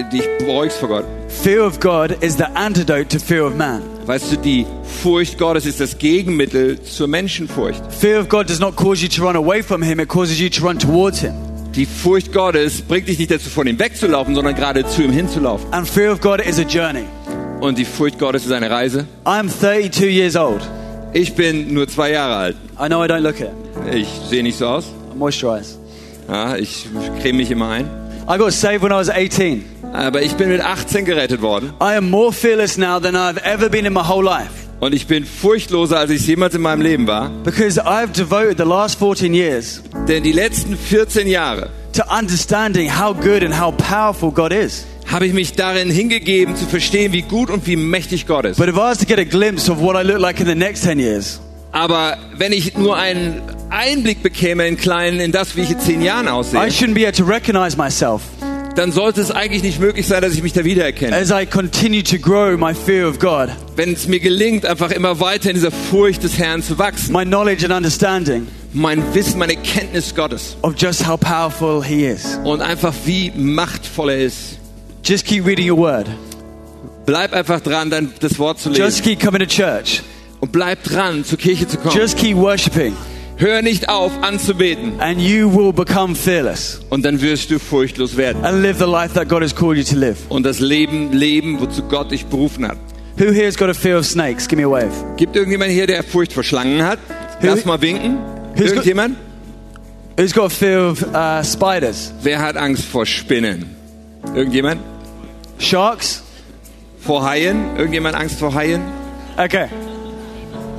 A: äh, dich beugst vor Gott.
B: Fear of God is the antidote to fear of man.
A: Weißt du, die Furcht Gottes ist das Gegenmittel zur Menschenfurcht.
B: Fear of God does not cause you to run away from Him, it causes you to run towards Him.
A: Die Furcht Gottes bringt dich nicht dazu, von ihm wegzulaufen, sondern gerade zu ihm hinzulaufen.
B: And fear of God is a journey.
A: Und die Furcht Gottes ist eine Reise.
B: I'm 32 years old.
A: Ich bin nur zwei Jahre alt.
B: I know I don't look it.
A: Ich sehe nicht so aus.
B: I moisturize.
A: Ja, ich creme mich immer ein.
B: I got saved when I was 18.
A: Aber ich bin mit 18 gerettet worden.
B: I am more fearless now than I've ever been in my whole life
A: Und ich bin furchtloser, als ich es jemals in meinem Leben war.
B: because I've devoted the last 14 years
A: Denn die letzten 14 Jahre
B: to understanding how good and how powerful God is.
A: habe ich mich darin hingegeben, zu verstehen, wie gut und wie mächtig Gott ist.
B: But if I was to get a glimpse of what I look like in the next 10 years,
A: Aber wenn ich nur einen Einblick bekäme in kleinen, in das, wie ich in 10 Jahren
B: I
A: aussehe,
B: shouldn't be able to recognize myself.
A: dann sollte es eigentlich nicht möglich sein, dass ich mich da wiedererkenne.
B: As I continue to grow my fear of God,
A: Wenn es mir gelingt, einfach immer weiter in dieser Furcht des Herrn zu wachsen,
B: my knowledge and understanding
A: mein Wissen, meine Kenntnis Gottes
B: of just how powerful He is.
A: und einfach wie machtvoll er ist.
B: Just keep reading your word.
A: Bleib einfach dran, dein, das Wort zu
B: Just
A: lesen
B: keep coming to church.
A: und bleib dran, zur Kirche zu kommen.
B: Just keep worshiping.
A: Hör nicht auf, anzubeten
B: And you will become fearless
A: und dann wirst du furchtlos werden
B: and live the life that God has called you to live.
A: und das Leben leben, wozu Gott dich berufen hat.
B: Who here's got a fear of snakes? Give me a wave.
A: Gibt irgendjemand hier, der Furcht vor Schlangen hat? Lass mal winken.
B: Who's
A: Irgendjemand?
B: Who's got a fear of uh, spiders?
A: Wer hat Angst vor Spinnen? Irgendjemand?
B: Sharks?
A: Vor Haien? Irgendjemand Angst vor Haien?
B: Okay.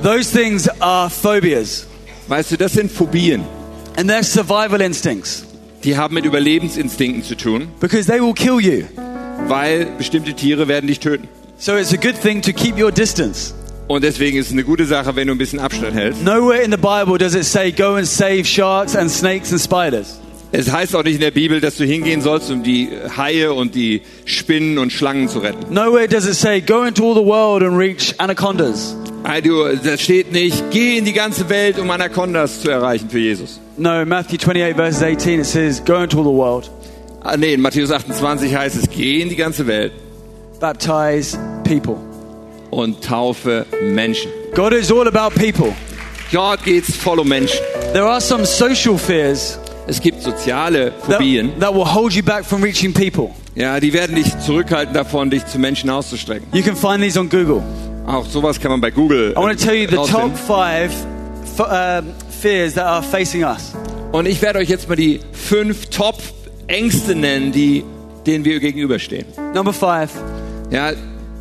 B: Those things are phobias
A: Weißt du, das sind Phobien.
B: and they're survival instincts
A: Die haben mit Überlebensinstinkten zu tun,
B: because they will kill you.
A: weil bestimmte Tiere werden dich töten.
B: So it's a good thing to keep your distance.
A: Und deswegen ist es eine gute Sache, wenn du ein bisschen Abstand hältst.
B: Nowhere in the Bible does it say go and save sharks and snakes and spiders.
A: Es heißt auch nicht in der Bibel, dass du hingehen sollst, um die Haie und die Spinnen und Schlangen zu retten.
B: Nowhere does it say go into all the world and reach anacondas.
A: Also, da steht nicht, geh in die ganze Welt, um Anacondas zu erreichen für Jesus.
B: No, Matthew 28, verses 18, it says go into all the world,
A: Ah, nee, in Matthäus 28 heißt es, geh in die ganze Welt
B: baptize people.
A: und taufe Menschen.
B: God is all about people.
A: Gott geht's voll um Menschen.
B: There are some social fears
A: Es gibt soziale
B: that,
A: Phobien,
B: that will hold you back from reaching people.
A: ja, die werden dich zurückhalten davon, dich zu Menschen auszustrecken.
B: You can find these on Google.
A: Auch sowas kann man bei Google. äh,
B: I want to tell you the top
A: rausfinden.
B: five f- um, fears that are facing us.
A: Und ich werde euch jetzt mal die fünf Top-Ängste nennen, die, denen wir gegenüberstehen.
B: Number five
A: Ja,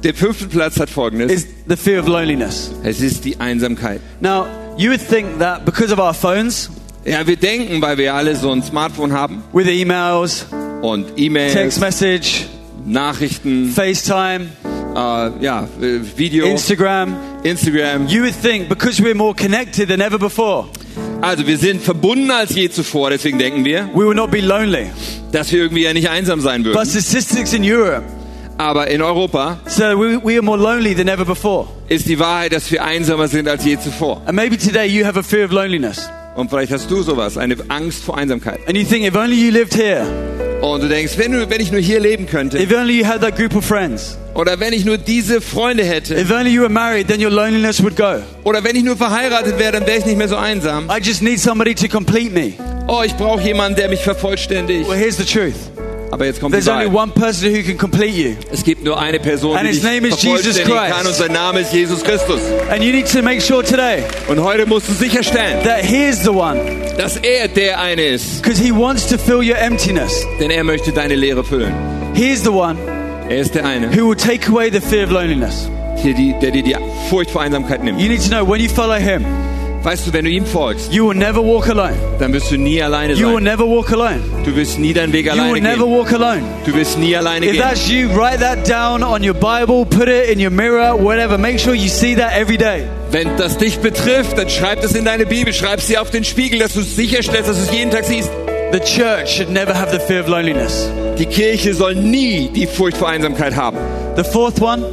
A: der fünfte Platz hat folgendes.
B: is the fear of loneliness.
A: Es ist die Einsamkeit.
B: Now, you would think that because of our phones,
A: Ja, wir denken, weil wir alle so ein Smartphone haben
B: with emails,
A: und
B: text
A: E-Mails,
B: message,
A: Nachrichten,
B: FaceTime,
A: äh, ja, äh, Video,
B: Instagram,
A: Instagram.
B: you would think because we're more connected than ever before,
A: Also wir sind verbunden als je zuvor, deswegen denken wir,
B: we will not be lonely.
A: dass wir irgendwie ja nicht einsam sein
B: But
A: würden.
B: statistics in Europe
A: Aber in Europa
B: say we, we are more lonely than ever before.
A: ist die Wahrheit, dass wir einsamer sind als je zuvor.
B: And maybe today you have a fear of loneliness.
A: Und vielleicht hast du sowas, eine Angst vor Einsamkeit.
B: And you think if only you lived here,
A: Und du denkst, wenn, du, wenn ich nur hier leben könnte
B: if only you had that group of friends,
A: oder wenn ich nur diese Freunde hätte
B: if only you were married, then your loneliness would go.
A: oder wenn ich nur verheiratet wäre, dann wäre ich nicht mehr so einsam.
B: I just need somebody to complete me.
A: Oh, ich brauche jemanden, der mich vervollständigt.
B: Well, here's the truth
A: Aber jetzt kommt die
B: there's only
A: Wahrheit.
B: one person who can complete you,
A: Es gibt nur eine Person,
B: And
A: die
B: his
A: dich
B: name is Jesus
A: vervollständigen
B: Christ.
A: kann und sein Name ist Jesus Christus.
B: and you need to make sure today
A: Und heute musst du sicherstellen,
B: that He is the one
A: dass er der eine ist,
B: because He wants to fill your emptiness.
A: denn er möchte deine Leere füllen.
B: He is the one
A: Er ist der eine,
B: who will take away the fear of loneliness.
A: der, die, der dir die Furcht vor Einsamkeit nimmt.
B: You need to know when you follow Him,
A: Weißt du, wenn du ihm folgst,
B: you will never walk alone.
A: dann wirst du nie alleine
B: You will
A: sein.
B: never walk alone.
A: Du wirst nie deinen Weg
B: You will
A: alleine
B: never
A: gehen.
B: walk alone.
A: Du wirst nie alleine
B: If
A: gehen.
B: that's you, write that down on your Bible, put it in your mirror, whatever. Make sure you see that every day.
A: Wenn das dich betrifft, dann schreib das in deine Bibel, schreib sie auf den Spiegel, dass du sicherstellst, dass du es jeden Tag siehst.
B: The church should never have the fear of loneliness.
A: Die Kirche soll nie die Furcht vor Einsamkeit haben.
B: The fourth one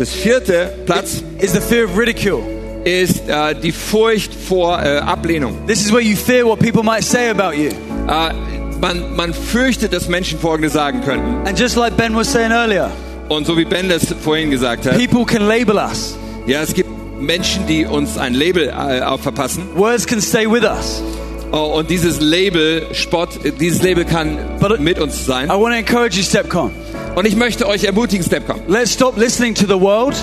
A: Das vierte Platz
B: is the fear of ridicule.
A: ist äh, die Furcht vor äh, Ablehnung.
B: This is where you fear what people might say about you.
A: Äh, man, man fürchtet, dass Menschen Folgendes sagen könnten.
B: And just like Ben was saying earlier,
A: Und so wie Ben das vorhin gesagt hat,
B: people can label us.
A: ja, es gibt Menschen, die uns ein Label äh, auch verpassen.
B: Words can stay with us.
A: Oh, und dieses Label, Spott, äh, dieses Label kann
B: But-
A: mit uns sein.
B: I want to encourage you, Stepcon.
A: Und ich möchte euch ermutigen, Stepcom.
B: Let's stop listening to the world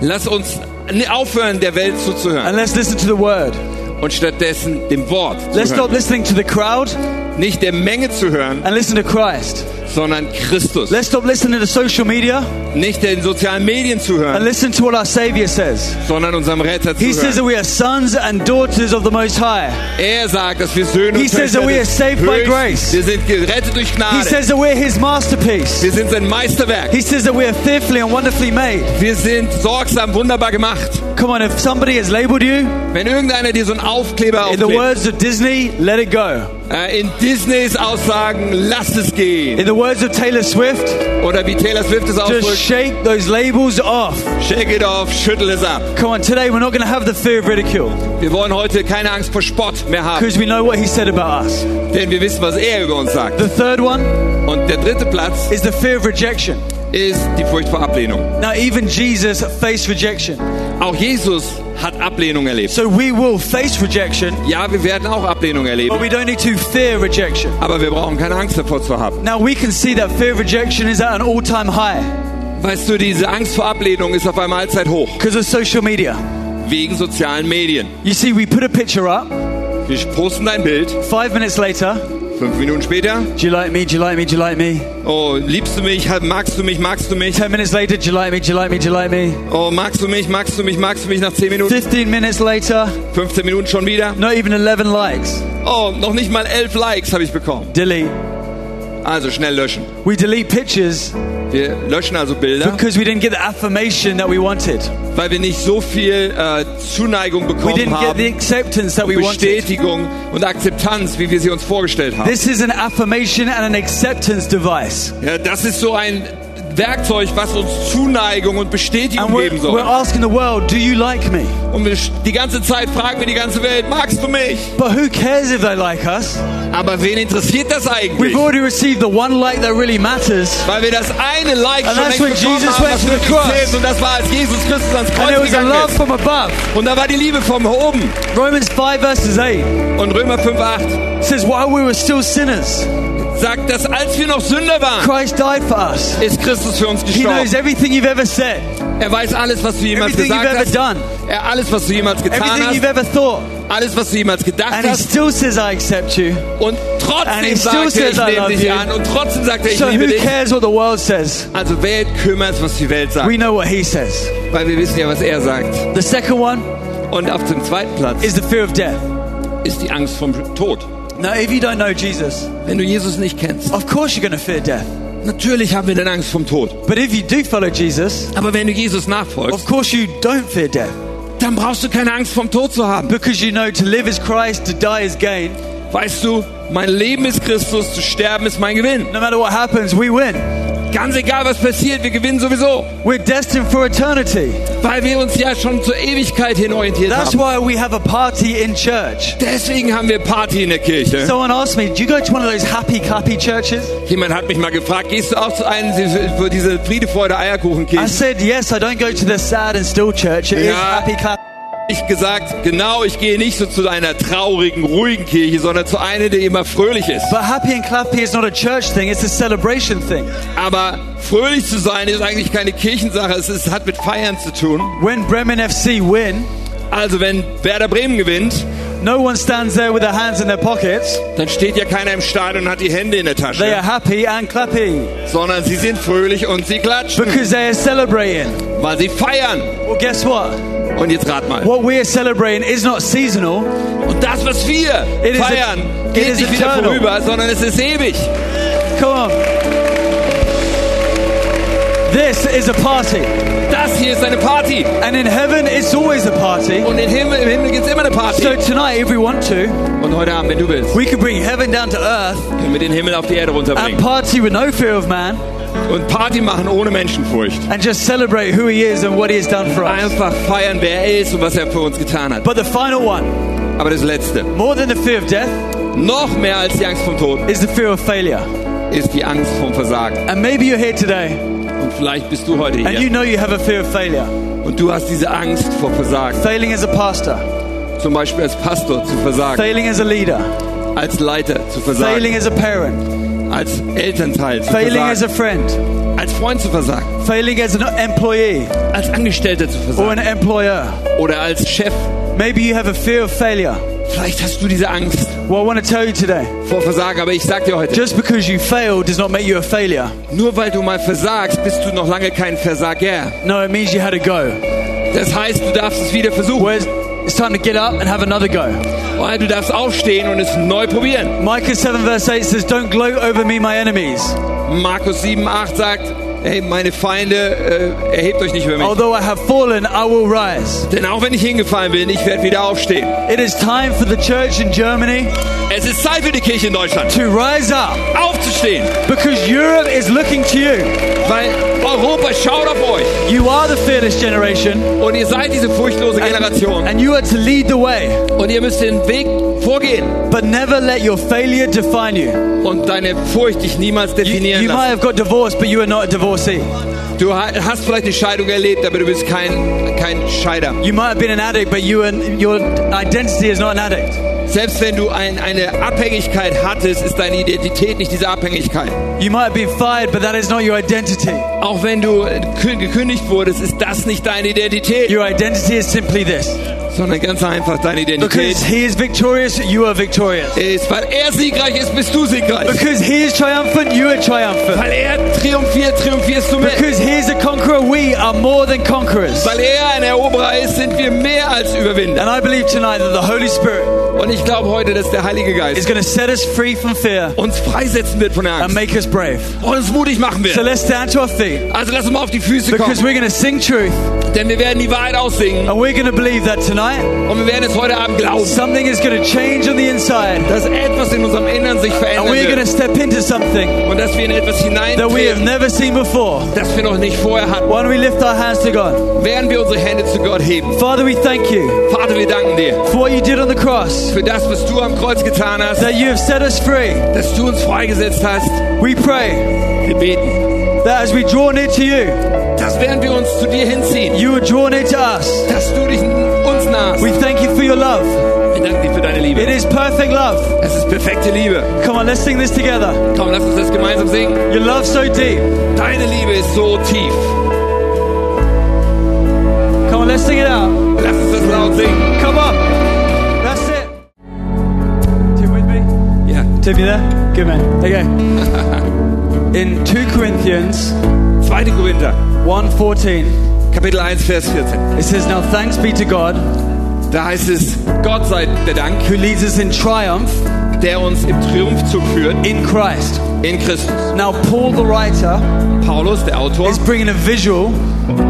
A: Lass uns ni- aufhören, der Welt
B: and
A: zuzuhören
B: let's listen to the word.
A: und stattdessen dem Wort
B: Let's
A: zu
B: stop
A: hören.
B: listening to the crowd and
A: Nicht der Menge zu hören,
B: listen to Christ.
A: sondern Christus.
B: Let's stop listening to social media
A: Nicht den sozialen Medien zu
B: And
A: hören,
B: listen to what our Savior says.
A: sondern unserem Retter zu
B: He says that
A: hören.
B: we are sons and daughters of the Most High.
A: Er sagt, dass wir Söhne
B: He
A: und
B: says that
A: Töchter
B: we are
A: des
B: saved by
A: Höchsten-
B: grace.
A: Wir sind gerettet durch
B: He
A: Gnade.
B: says that we're His masterpiece.
A: Wir sind sein Meisterwerk.
B: He says that we are fearfully and wonderfully made.
A: Wir sind sorgsam, wunderbar gemacht.
B: Come on, if somebody has labeled you,
A: Wenn irgendeiner dir so einen Aufkleber
B: in the
A: aufklebt,
B: words of Disney, let it go.
A: Äh, In Disneys Aussagen, lasst es
B: In
A: gehen.
B: the words of Taylor Swift,
A: Oder wie Taylor Swift es
B: just
A: ausdrückt,
B: shake those labels off.
A: shake it off, schüttel es ab.
B: Come on, today we're not going to have the fear of ridicule
A: Wir wollen heute keine Angst vor Spott mehr haben,
B: because we know what he said about us.
A: denn wir wissen, was er über uns sagt.
B: The third one
A: Und der dritte Platz
B: is the fear of rejection.
A: ist die Furcht vor Ablehnung.
B: Now, even Jesus faced rejection.
A: Auch Jesus hat Ablehnung erlebt.
B: So we will face rejection,
A: Ja, wir werden auch Ablehnung erleben,
B: but we don't need to fear rejection.
A: aber wir brauchen keine Angst davor zu haben.
B: Now, we can see that fear of rejection is at an all time high
A: Weißt du, diese Angst vor Ablehnung ist auf einmal allzeit hoch,
B: because of social media.
A: wegen sozialen Medien.
B: You see, we put a picture up,
A: Wir posten dein Bild,
B: five minutes later,
A: fünf Minuten später,
B: do you like me, do you like me, do you like me?
A: oh, liebst du mich, magst du mich, magst du mich,
B: Ten minutes later, do you like me, do you like me, do you like me?
A: oh, magst du mich, magst du mich, magst du mich, nach zehn Minuten,
B: Fifteen minutes later,
A: 15 Minuten schon wieder,
B: not even 11 likes.
A: oh, noch nicht mal elf Likes habe ich bekommen.
B: Delete.
A: Also schnell löschen.
B: We delete pictures
A: Wir löschen also Bilder,
B: because we didn't get the affirmation that we wanted.
A: weil wir nicht so viel äh, Zuneigung
B: We didn't
A: bekommen
B: get the
A: haben,
B: acceptance that we wanted.
A: Bestätigung und Akzeptanz, wie wir sie uns vorgestellt haben.
B: This is an affirmation and an acceptance device.
A: Ja, das ist so ein Werkzeug, was uns Zuneigung und Bestätigung
B: And we're,
A: geben soll.
B: we're asking the world, do you like me?
A: Und wir sch- die ganze Zeit fragen wir die ganze Welt, magst du mich?
B: But who cares if they like us?
A: Aber wen interessiert das
B: We've
A: eigentlich?
B: already received the one like that really matters.
A: Weil wir das eine Like
B: And
A: schon
B: that's
A: längst
B: when
A: bekommen
B: Jesus
A: haben,
B: went
A: was
B: to the
A: wirklich
B: cross.
A: zählt. Und das war, als Jesus Christus ans
B: And there
A: Kreuz
B: was a
A: gegangen
B: love
A: ist.
B: from above.
A: Und da war die Liebe von oben.
B: Romans 5 verses 8
A: Und Römer 5,8
B: says, while we were still sinners,
A: sagt, dass als wir noch Sünder waren,
B: Christ died for us.
A: ist Christus für uns
B: He knows
A: gestorben.
B: everything you've ever said,
A: Er weiß alles, was du jemals
B: everything you've
A: gesagt
B: ever
A: hast.
B: done,
A: Er alles, was du jemals getan
B: everything you've
A: hast.
B: ever thought.
A: Alles, was du jemals gedacht
B: And he
A: hast.
B: still says, I accept you.
A: Und
B: And he
A: trotzdem
B: still
A: sagt er, ich
B: says, I
A: nehme
B: love
A: dich
B: you.
A: an. Und trotzdem sagt er, ich
B: So
A: liebe
B: who
A: dich.
B: cares what the world says?
A: Also wer kümmert, was die Welt sagt?
B: We know what he says.
A: Weil wir wissen ja, was er sagt.
B: The second one
A: Und auf dem zweiten Platz
B: is the fear of death.
A: ist die Angst vom Tod.
B: Now, if you don't know Jesus,
A: Wenn du Jesus nicht kennst,
B: of course you're going to fear death.
A: natürlich haben wir dann Angst vom Tod.
B: But if you do follow Jesus,
A: Aber wenn du Jesus
B: of
A: nachfolgst,
B: course you don't fear death
A: dann brauchst du keine Angst vom Tod zu haben.
B: because you know to live is Christ, to die is gain.
A: Weißt du, mein Leben ist Christus, zu sterben ist mein Gewinn.
B: No matter what happens, we win.
A: Ganz egal, was passiert, wir gewinnen sowieso.
B: We're destined for eternity.
A: Weil wir uns ja schon zur Ewigkeit hin orientiert
B: That's
A: haben.
B: why we have a party in church.
A: Deswegen haben wir Party in der Kirche.
B: Someone asked me, Do you go to one of those happy clappy churches?
A: Jemand hat mich mal gefragt, gehst du auch zu einem für diese Friede, Freude, Eierkuchen
B: I
A: Kirche?
B: said, Yes, I don't go to the sad and still church. It is
A: Yeah.
B: happy clappy.
A: Ich gesagt, genau, ich gehe nicht so zu einer traurigen, ruhigen Kirche, sondern zu einer, die immer fröhlich ist.
B: But happy and clappy is not a church thing, it's a celebration thing.
A: Aber fröhlich zu sein ist eigentlich keine Kirchensache, es ist, hat mit Feiern zu tun.
B: When Bremen FC win,
A: Also wenn Werder Bremen gewinnt,
B: no one stands there with their hands in their pockets.
A: dann steht ja keiner im Stadion und hat die Hände in der
B: They are
A: Tasche,
B: happy and clappy
A: sondern sie sind fröhlich und sie klatschen,
B: because they are celebrating.
A: weil sie feiern.
B: Well, guess what?
A: Und jetzt rat mal.
B: What we are celebrating is not seasonal.
A: Und das, was wir
B: It is a-
A: feiern,
B: it
A: geht
B: is
A: nicht wieder
B: eternal.
A: vorüber, sondern es ist ewig.
B: Come on. This is a party.
A: Das hier ist eine Party.
B: And in heaven, it's always a party.
A: Und im Himmel, im Himmel gibt es immer eine Party.
B: So tonight, if we want to,
A: Und heute Abend, wenn du willst,
B: we could bring heaven down to earth
A: können wir den Himmel auf die Erde
B: and
A: runterbringen.
B: party with no fear of man
A: Und Party machen ohne Menschenfurcht.
B: and just celebrate who he is and what he has done for us.
A: Einfach feiern, wer er ist und was er für uns getan hat.
B: But the final one,
A: Aber das Letzte,
B: more than the fear of death,
A: noch mehr als die Angst vom Tod,
B: is the fear of failure.
A: ist die Angst vom Versagen.
B: And maybe you're here today
A: Und vielleicht bist du heute
B: And you
A: hier
B: know you have a fear of failure.
A: und du hast diese Angst vor Versagen.
B: Failing as a pastor,
A: Zum Beispiel als Pastor zu versagen,
B: failing as a leader,
A: als Leiter zu
B: failing
A: versagen,
B: as a parent,
A: als Elternteil zu
B: failing as a
A: versagen,
B: friend,
A: als Freund zu versagen,
B: failing as an employee
A: als Angestellter zu
B: or an
A: versagen
B: employer.
A: oder als Chef.
B: Maybe you have a fear of failure.
A: Vielleicht hast du diese Angst
B: Well, I want to tell you today
A: vor Versagen, aber ich sag dir heute,
B: just because you fail does not make you a failure.
A: Nur weil du mal versagst, bist du noch lange kein Versager.
B: No, it means you had a go.
A: Das heißt, du darfst es wieder versuchen.
B: Whereas it's time to get up and have another go.
A: Weil du darfst aufstehen und es neu probieren.
B: Micah 7, verse 8 says, Don't gloat over me, my enemies.
A: Markus 7,8 sagt, hey, meine Feinde, äh, erhebt euch nicht über mich.
B: Although I have fallen, I will rise.
A: Denn auch wenn ich hingefallen bin, ich werde wieder aufstehen.
B: It is time for the church in Germany
A: Es ist Zeit für die Kirche in Deutschland,
B: to rise up
A: aufzustehen.
B: because Europe is looking to you.
A: Weil Europa schaut auf euch
B: You are the fearless generation
A: und ihr seid diese furchtlose Generation.
B: and you are to lead the way.
A: Und ihr müsst den Weg vorgehen
B: But never let your failure define you.
A: und deine Furcht dich niemals
B: You,
A: definieren
B: you might
A: lassen.
B: have got divorced, but you are not a divorcee.
A: Du ha- hast vielleicht eine Scheidung erlebt, aber du bist kein, kein Scheider.
B: You might have been an addict, but you and your identity is not an addict.
A: Selbst wenn du ein, eine Abhängigkeit hattest, ist deine Identität nicht diese Abhängigkeit.
B: You might have been fired, but that is not your identity.
A: Auch wenn du kü- gekündigt wurdest, ist das nicht deine Identität,
B: Your identity is simply this.
A: sondern ganz einfach deine Identität.
B: Because he is victorious, you are victorious.
A: Ist, weil er siegreich ist, bist du siegreich.
B: Because he is triumphant, you are triumphant.
A: Weil er triumphiert, triumphierst du mit.
B: Because he is a conqueror, we are more than conquerors.
A: Weil er ein Eroberer ist, sind wir mehr als Überwinder.
B: And I believe tonight that the Holy Spirit
A: Und ich glaube heute, dass der Heilige
B: is
A: Geist
B: going to set us free from fear
A: uns freisetzen wird von der
B: and
A: Angst
B: make us brave.
A: und uns mutig machen
B: So
A: wird.
B: let's stand to our feet
A: Also lass uns mal auf die Füße
B: because
A: kommen,
B: we're going to sing truth
A: denn wir werden die Wahrheit aussingen
B: and we're going to believe that tonight
A: und wir werden es heute Abend glauben,
B: something is going to change on the inside
A: dass etwas in unserem Innern sich
B: and
A: verändern
B: we're going to
A: wird
B: step into something
A: und dass wir in etwas
B: that we have ne-
A: hineintreten,
B: never seen before.
A: das wir noch nicht vorher hatten.
B: Why don't we lift our hands to God?
A: Werden wir unsere Hände zu Gott heben.
B: Father, we thank you
A: Vater, wir danken dir
B: for what you did on the cross,
A: für das, was du am Kreuz getan hast,
B: that you have set us free.
A: dass du uns freigesetzt hast.
B: We pray
A: Wir beten,
B: that as we draw near to you,
A: dass während wir uns zu dir hinziehen,
B: you would draw near to us.
A: dass du dich uns nahst.
B: We thank you for your love.
A: Wir danken dir für deine
B: It
A: Liebe.
B: is perfect love.
A: Es ist perfekte Liebe.
B: Come on, let's sing this together.
A: Komm, lass uns das gemeinsam singen.
B: Your love so deep.
A: Deine Liebe ist so tief.
B: Come on, let's sing it out.
A: Lass uns das laut singen.
B: Come on. That's it. Tim with me?
A: Ja.
B: Tim, you there? Good man. Okay. In 2 Corinthians
A: 2. Korinther,
B: 1.14,
A: Kapitel 1, Vers 14.
B: it says, Now thanks be to God
A: Da heißt es, Gott sei der Dank,
B: who leads us in triumph
A: der uns im Triumphzug führt
B: in Christ.
A: in Christus.
B: Now Paul the writer
A: Paulus, der Autor,
B: is bringing a visual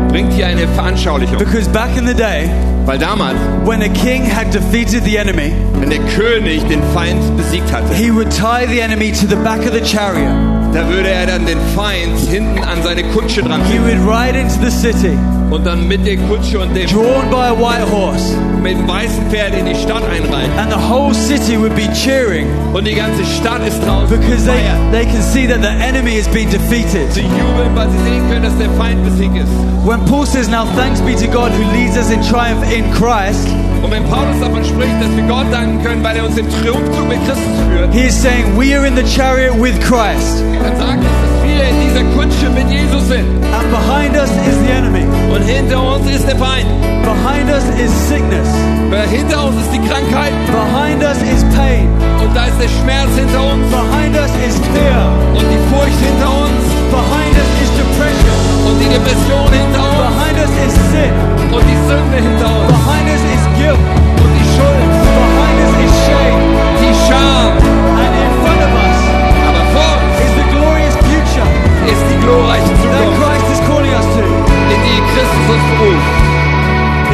A: bringt hier eine Veranschaulichung.
B: because back in the day,
A: Weil damals,
B: When a king had defeated the enemy,
A: wenn der König den Feind besiegt hatte,
B: he would tie the enemy to the back of the chariot.
A: da würde er dann den Feind hinten an seine Kutsche dran
B: He
A: binden.
B: would ride into the city,
A: und dann mit der Kutsche und dem
B: drawn by a white horse,
A: mit dem weißen Pferd in die Stadt einreiten.
B: and the whole city would be cheering
A: Und die ganze Stadt ist draußen.
B: because they,
A: Feier.
B: they can see that the enemy has been
A: Sie
B: defeated.
A: jubeln, weil sie sehen können, dass der Feind besiegt ist.
B: When Paul says, Now thanks be to God who leads us in triumph in Christ,
A: Und wenn Paulus davon spricht, dass wir Gott danken können, weil er uns im Triumphzug mit Christus führt,
B: he is saying, We are in the chariot with Christ,
A: dann sagt es, dass wir in dieser Kutsche mit Jesus sind.
B: and behind us is the enemy,
A: Und hinter uns ist der Feind.
B: behind us is sickness,
A: Weil Hinter uns ist die Krankheit
B: behind us is pain,
A: und da ist der Schmerz hinter uns
B: behind us is fear,
A: und die Furcht hinter uns
B: behind us is depression.
A: und die Depression hinter uns
B: Behind us is sin.
A: und die Sünde hinter uns
B: Behind us is guilt.
A: und die Schuld,
B: Behind us is shame.
A: die Scham.
B: And in front of us
A: Aber vor uns
B: is the glorious future
A: ist die glorreiche
B: that
A: Zukunft,
B: Christ is calling us to.
A: in die Christus uns beruft.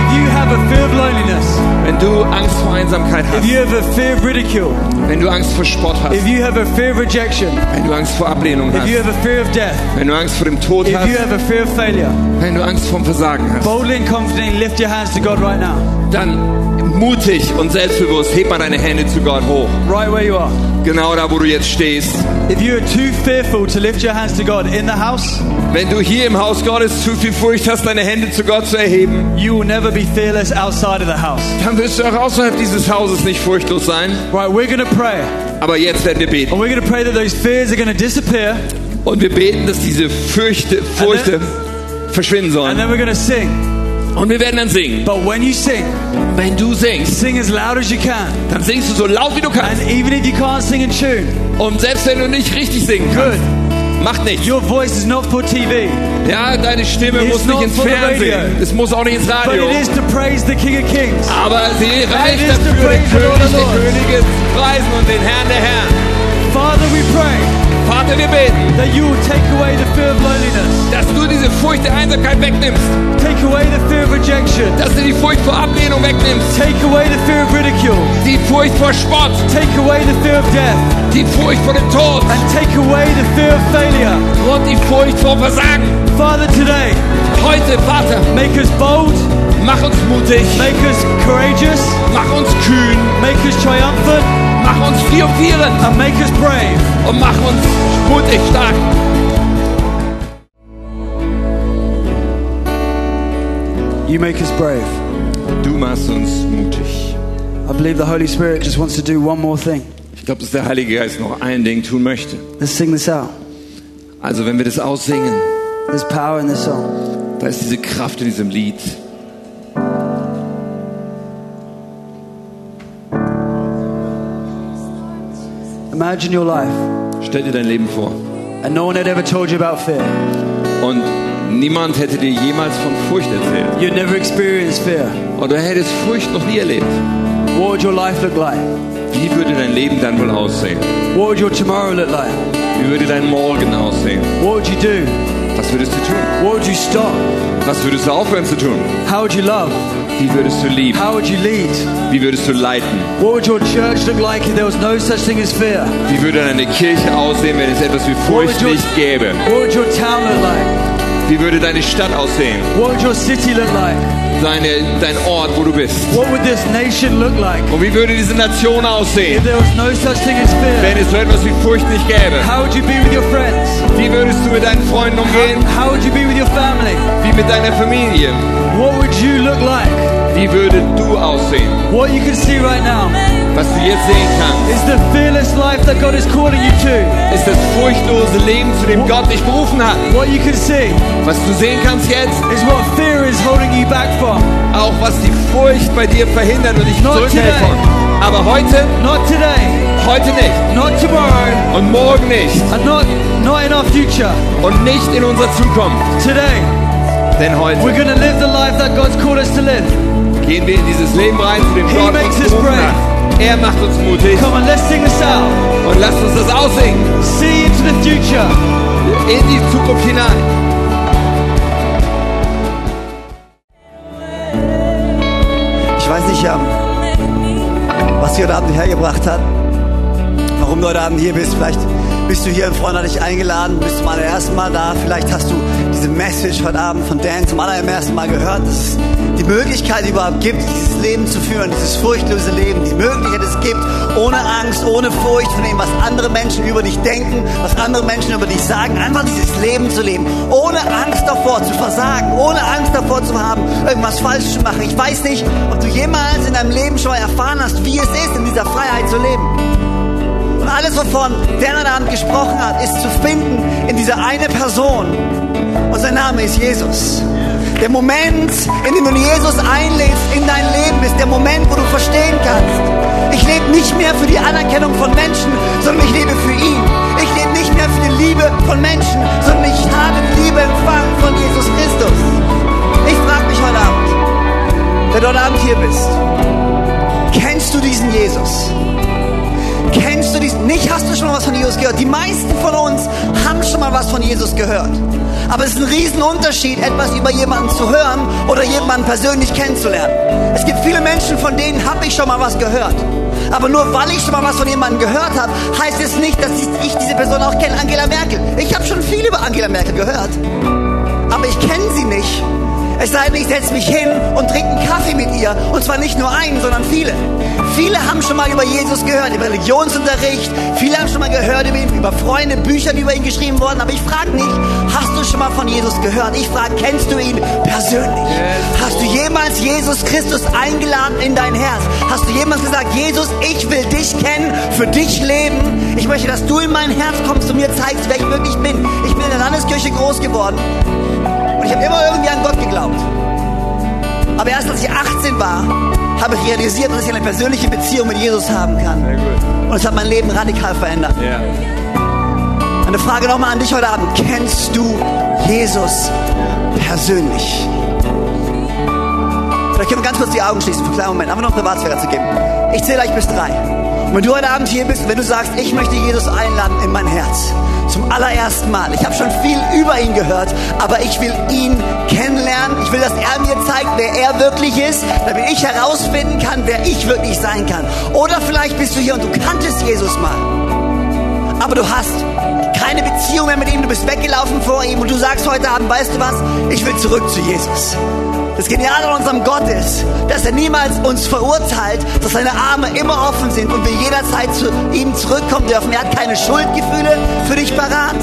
B: If you have a fear of loneliness,
A: Wenn du Angst vor Einsamkeit
B: if
A: hast,
B: you have a fear of ridicule,
A: wenn du Angst vor Sport hast,
B: if you have a fear of rejection,
A: wenn du Angst vor Ablehnung
B: if you
A: hast,
B: have a fear of death,
A: wenn du Angst vor dem Tod
B: if you
A: hast,
B: have a fear of failure,
A: wenn du Angst vor dem Versagen hast,
B: boldly and confidently lift your hands to God right now,
A: dann mutig und selbstbewusst heb mal deine Hände zu Gott hoch.
B: right where you are.
A: Genau da, wo du jetzt stehst.
B: If you are too fearful to lift your hands to God in the house,
A: Wenn du hier im Haus Gottes zu viel Furcht hast, deine Hände zu Gott zu erheben,
B: you will never be fearless outside of the house.
A: dann wirst du auch außerhalb dieses Hauses nicht furchtlos sein.
B: Right, we're going to pray.
A: Aber jetzt werden wir beten.
B: And we're going to pray that those fears are going to disappear,
A: Und wir beten, dass diese Fürchte, Furchte verschwinden
B: and
A: sollen.
B: then we're going to sing.
A: Und wir werden dann singen.
B: But when you sing,
A: Wenn du singst,
B: sing as loud as you can.
A: dann singst du so laut wie du kannst.
B: And even if you can't sing in tune,
A: Und selbst wenn du nicht richtig singen kannst,
B: good.
A: macht nichts.
B: Your voice is not for TV,
A: Ja, deine Stimme
B: It's
A: muss
B: not
A: nicht ins
B: for the
A: Fernsehen.
B: radio.
A: Es muss auch nicht ins
B: but
A: Radio.
B: it is to praise the King of Kings.
A: Aber sie reicht
B: is
A: dafür,
B: the
A: den
B: praise of
A: König
B: the
A: der
B: Lord.
A: Könige zu preisen und den Herrn der Herren.
B: Father, we pray
A: Vater, wir beten,
B: that you will take away the fear of loneliness,
A: dass du diese Furcht der Einsamkeit wegnimmst,
B: take away the fear of rejection,
A: dass du die Furcht vor Ablehnung wegnimmst,
B: take away the fear of ridicule,
A: die Furcht vor Spott,
B: take away the fear of death,
A: die Furcht vor dem Tod
B: and take away the fear of failure.
A: und die Furcht vor Versagen.
B: Father, today,
A: Heute, Vater,
B: make us bold,
A: mach uns mutig,
B: make us courageous,
A: mach uns kühn,
B: make us triumphant,
A: mach uns triumphierend
B: and make us brave.
A: und mach uns mutig stark.
B: You make us brave.
A: Du machst uns mutig.
B: I believe the Holy Spirit just wants to do one more thing.
A: Ich glaube, dass der Heilige Geist noch ein Ding tun möchte.
B: Let's sing this out.
A: Also wenn wir das aussingen,
B: There's power in this song.
A: da ist diese Kraft in diesem Lied.
B: Imagine your life,
A: Stell dir dein Leben vor.
B: and no one had ever told you about fear.
A: Und niemand hätte dir jemals von Furcht erzählt.
B: You'd never experienced fear.
A: Und du hättest Furcht noch nie erlebt.
B: What would your life look like?
A: Wie würde dein Leben dann wohl aussehen?
B: What would your tomorrow look like?
A: Wie würde dein Morgen aussehen?
B: What would you do?
A: Was würdest du tun?
B: What would you stop?
A: Was würdest du aufhören zu tun?
B: How would you love?
A: Wie würdest du lieben?
B: How would you lead?
A: Wie würdest du leiten?
B: What would your church look like if there was no such thing as fear?
A: Wie würde deine Kirche aussehen, wenn es etwas wie Furcht nicht gäbe?
B: What would your town look like?
A: Wie würde deine Stadt aussehen?
B: What would your city look like?
A: Deine, dein Ort, wo du bist?
B: What would this nation look like
A: Und wie würde diese Nation
B: if
A: aussehen,
B: there was no such thing as
A: wenn
B: fear?
A: es so etwas wie Furcht nicht gäbe?
B: How would you be with your friends?
A: Wie würdest du mit deinen Freunden umgehen?
B: How would you be with your family?
A: Wie mit deiner Familie?
B: What would you look like?
A: Wie würde du aussehen?
B: What you can see right now
A: Was du jetzt sehen kannst,
B: is the fearless life that God is calling you to.
A: ist das furchtlose Leben, zu dem Gott dich berufen hat.
B: What you can see
A: Was du sehen kannst jetzt,
B: is what fear is holding you back from.
A: auch was die Furcht bei dir verhindert und dich
B: Not
A: zurückhält.
B: today.
A: von. Aber heute,
B: Not today,
A: heute nicht.
B: not tomorrow,
A: Und morgen nicht.
B: and not not in our future.
A: Und nicht in unserer Zukunft.
B: Today,
A: Denn heute
B: we're going to live the life that God's called us to live.
A: gehen wir in dieses Leben rein, zu dem
B: He
A: Gott
B: makes
A: uns
B: us
A: berufen
B: brave.
A: hat. Er macht uns mutig.
B: Come on, let's sing this out.
A: Und lasst uns das aussingen.
B: See into the future.
A: in die Zukunft hinein.
E: Ich weiß nicht, ähm, was dich heute Abend hergebracht hat, warum du heute Abend hier bist. Vielleicht bist du hier, ein Freund hat dich eingeladen, bist zum allerersten Mal da. Vielleicht hast du diese Message heute Abend von Dan zum allerersten Mal gehört, dass es die Möglichkeit überhaupt gibt, dieses Leben zu führen, dieses furchtlose Leben, die Möglichkeit es gibt, ohne Angst, ohne Furcht von dem, was andere Menschen über dich denken, was andere Menschen über dich sagen, einfach dieses Leben zu leben, ohne Angst davor zu versagen, ohne Angst davor zu haben, irgendwas falsch zu machen. Ich weiß nicht, ob du jemals in deinem Leben schon mal erfahren hast, wie es ist, in dieser Freiheit zu leben. Und alles, wovon der heute Abend gesprochen hat, ist zu finden in dieser eine Person. Und sein Name ist Jesus. Der Moment, in dem du Jesus einlädst in dein Leben, ist der Moment, wo du verstehen kannst. Ich lebe nicht mehr für die Anerkennung von Menschen, sondern ich lebe für ihn. Ich lebe nicht mehr für die Liebe von Menschen, sondern ich habe die Liebe empfangen von Jesus Christus. Ich frage mich heute Abend, wer du heute Abend hier bist, kennst du diesen Jesus? Kennst du diesen? Nicht hast du schon mal was von Jesus gehört. Die meisten von uns haben schon mal was von Jesus gehört. Aber es ist ein Riesenunterschied, etwas über jemanden zu hören oder jemanden persönlich kennenzulernen. Es gibt viele Menschen, von denen habe ich schon mal was gehört. Aber nur weil ich schon mal was von jemandem gehört habe, heißt es nicht, dass ich diese Person auch kenne. Angela Merkel. Ich habe schon viel über Angela Merkel gehört aber ich kenne sie nicht. Es sei denn, ich setze mich hin und trinke einen Kaffee mit ihr. Und zwar nicht nur einen, sondern viele. Viele haben schon mal über Jesus gehört, über Religionsunterricht. Viele haben schon mal gehört über ihn, über Freunde, Bücher, die über ihn geschrieben wurden. Aber ich frage nicht, hast du schon mal von Jesus gehört? Ich frage, kennst du ihn persönlich? Hast du jemals Jesus Christus eingeladen in dein Herz? Hast du jemals gesagt, Jesus, ich will dich kennen, für dich leben? Ich möchte, dass du in mein Herz kommst und mir zeigst, wer ich wirklich bin. Ich bin in der Landeskirche groß geworden. Und ich habe immer irgendwie an Gott geglaubt. Aber erst als ich 18 war, habe ich realisiert, dass ich eine persönliche Beziehung mit Jesus haben kann. Und es hat mein Leben radikal verändert. Eine Frage nochmal an dich heute Abend. Kennst du Jesus persönlich? Vielleicht können wir ganz kurz die Augen schließen für einen kleinen Moment. Einfach noch Privatsphäre zu geben. Ich zähle gleich bis drei. Und wenn du heute Abend hier bist, wenn du sagst, ich möchte Jesus einladen in mein Herz, zum allerersten Mal. Ich habe schon viel über ihn gehört, aber ich will ihn kennenlernen. Ich will, dass er mir zeigt, wer er wirklich ist, damit ich herausfinden kann, wer ich wirklich sein kann. Oder vielleicht bist du hier und du kanntest Jesus mal, aber du hast keine Beziehung mehr mit ihm, du bist weggelaufen vor ihm und du sagst heute Abend, weißt du was, ich will zurück zu Jesus. Das Geniale an unserem Gott ist, dass er niemals uns verurteilt, dass seine Arme immer offen sind und wir jederzeit zu ihm zurückkommen dürfen. Er hat keine Schuldgefühle für dich parat,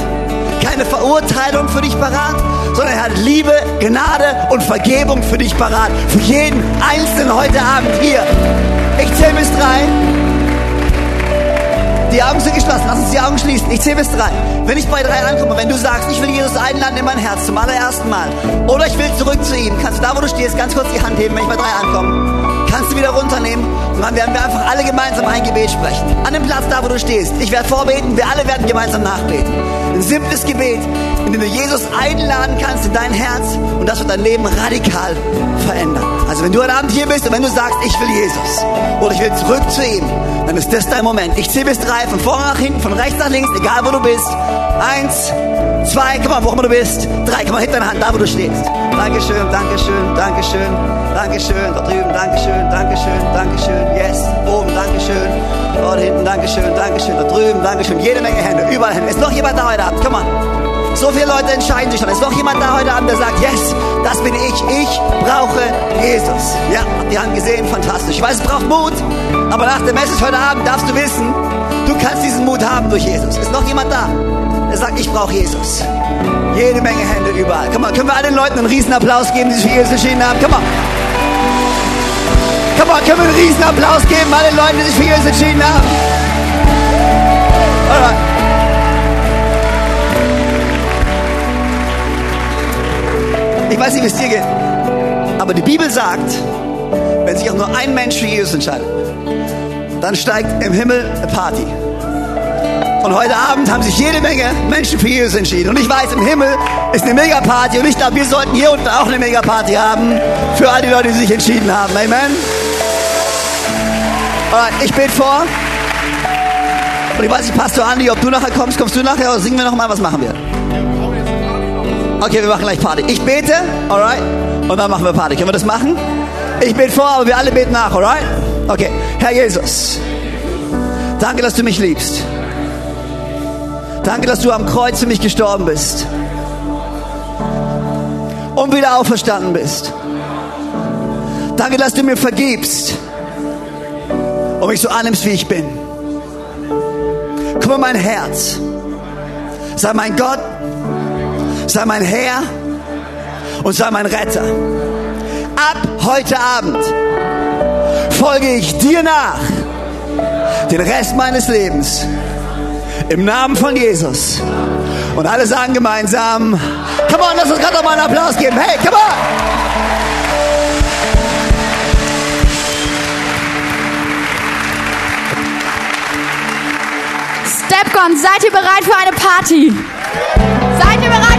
E: keine Verurteilung für dich parat, sondern er hat Liebe, Gnade und Vergebung für dich parat. Für jeden Einzelnen heute Abend hier. Ich zähle bis drei. Die Augen sind geschlossen. Lass uns die Augen schließen. Ich zähle bis drei. Wenn ich bei drei ankomme, wenn du sagst, ich will Jesus einladen in mein Herz zum allerersten Mal oder ich will zurück zu ihm, kannst du da, wo du stehst, ganz kurz die Hand heben, wenn ich bei drei ankomme. Kannst du wieder runternehmen und dann werden wir einfach alle gemeinsam ein Gebet sprechen. An dem Platz da, wo du stehst. Ich werde vorbeten, wir alle werden gemeinsam nachbeten. Ein simples Gebet, in dem du Jesus einladen kannst in dein Herz und das wird dein Leben radikal verändern. Also wenn du heute Abend hier bist und wenn du sagst, ich will Jesus oder ich will zurück zu ihm, dann ist das dein Moment. Ich zähle bis drei, von vorne nach hinten, von rechts nach links, egal wo du bist. Eins, zwei, komm mal, wo immer du bist. Drei, komm mal, hinter deine Hand, da wo du stehst. Dankeschön, Dankeschön, Dankeschön, Dankeschön, da drüben, Dankeschön, Dankeschön, Dankeschön, yes, oben, Dankeschön, dort hinten, Dankeschön, Dankeschön, da drüben, Dankeschön, jede Menge Hände, überall Hände. Ist noch jemand da heute Abend? Komm mal. So viele Leute entscheiden sich schon. Ist noch jemand da heute Abend, der sagt, yes, das bin ich. Ich brauche Jesus. Ja, habt ihr Hand gesehen? Fantastisch. Ich weiß, es braucht Mut. Aber nach der Message heute Abend darfst du wissen, du kannst diesen Mut haben durch Jesus. Ist noch jemand da, der sagt, ich brauche Jesus. Jede Menge Hände überall. Komm mal, können wir allen Leuten einen riesen Applaus geben, die sich für Jesus entschieden haben? Komm mal. Komm mal, können wir einen riesen Applaus geben, allen Leuten, die sich für Jesus entschieden haben? Alright. Ich weiß nicht, wie es dir geht. Aber die Bibel sagt, wenn sich auch nur ein Mensch für Jesus entscheidet, dann steigt im Himmel eine Party. Und heute Abend haben sich jede Menge Menschen für Jesus entschieden. Und ich weiß, im Himmel ist eine Megaparty. Und ich glaube, wir sollten hier unten auch eine Megaparty haben. Für all die Leute, die sich entschieden haben. Amen. Alright, ich bete vor. Und ich weiß nicht, Pastor Andi, ob du nachher kommst. Kommst du nachher oder singen wir nochmal? Was machen wir? Okay, wir machen gleich Party. Ich bete, alright? Und dann machen wir Party. Können wir das machen? Ich bete vor, aber wir alle beten nach, alright? Okay. Herr Jesus, danke, dass du mich liebst. Danke, dass du am Kreuz für mich gestorben bist. Und wieder auferstanden bist. Danke, dass du mir vergibst. Und mich so annimmst, wie ich bin. Komm in mein Herz. Sei mein Gott, sei mein Herr und sei mein Retter. Ab heute Abend folge ich dir nach den Rest meines Lebens im Namen von Jesus. Und alle sagen gemeinsam, come on, lass uns gerade nochmal einen Applaus geben. Hey, come on!
F: Stepcon, seid ihr bereit für eine Party? Seid ihr bereit?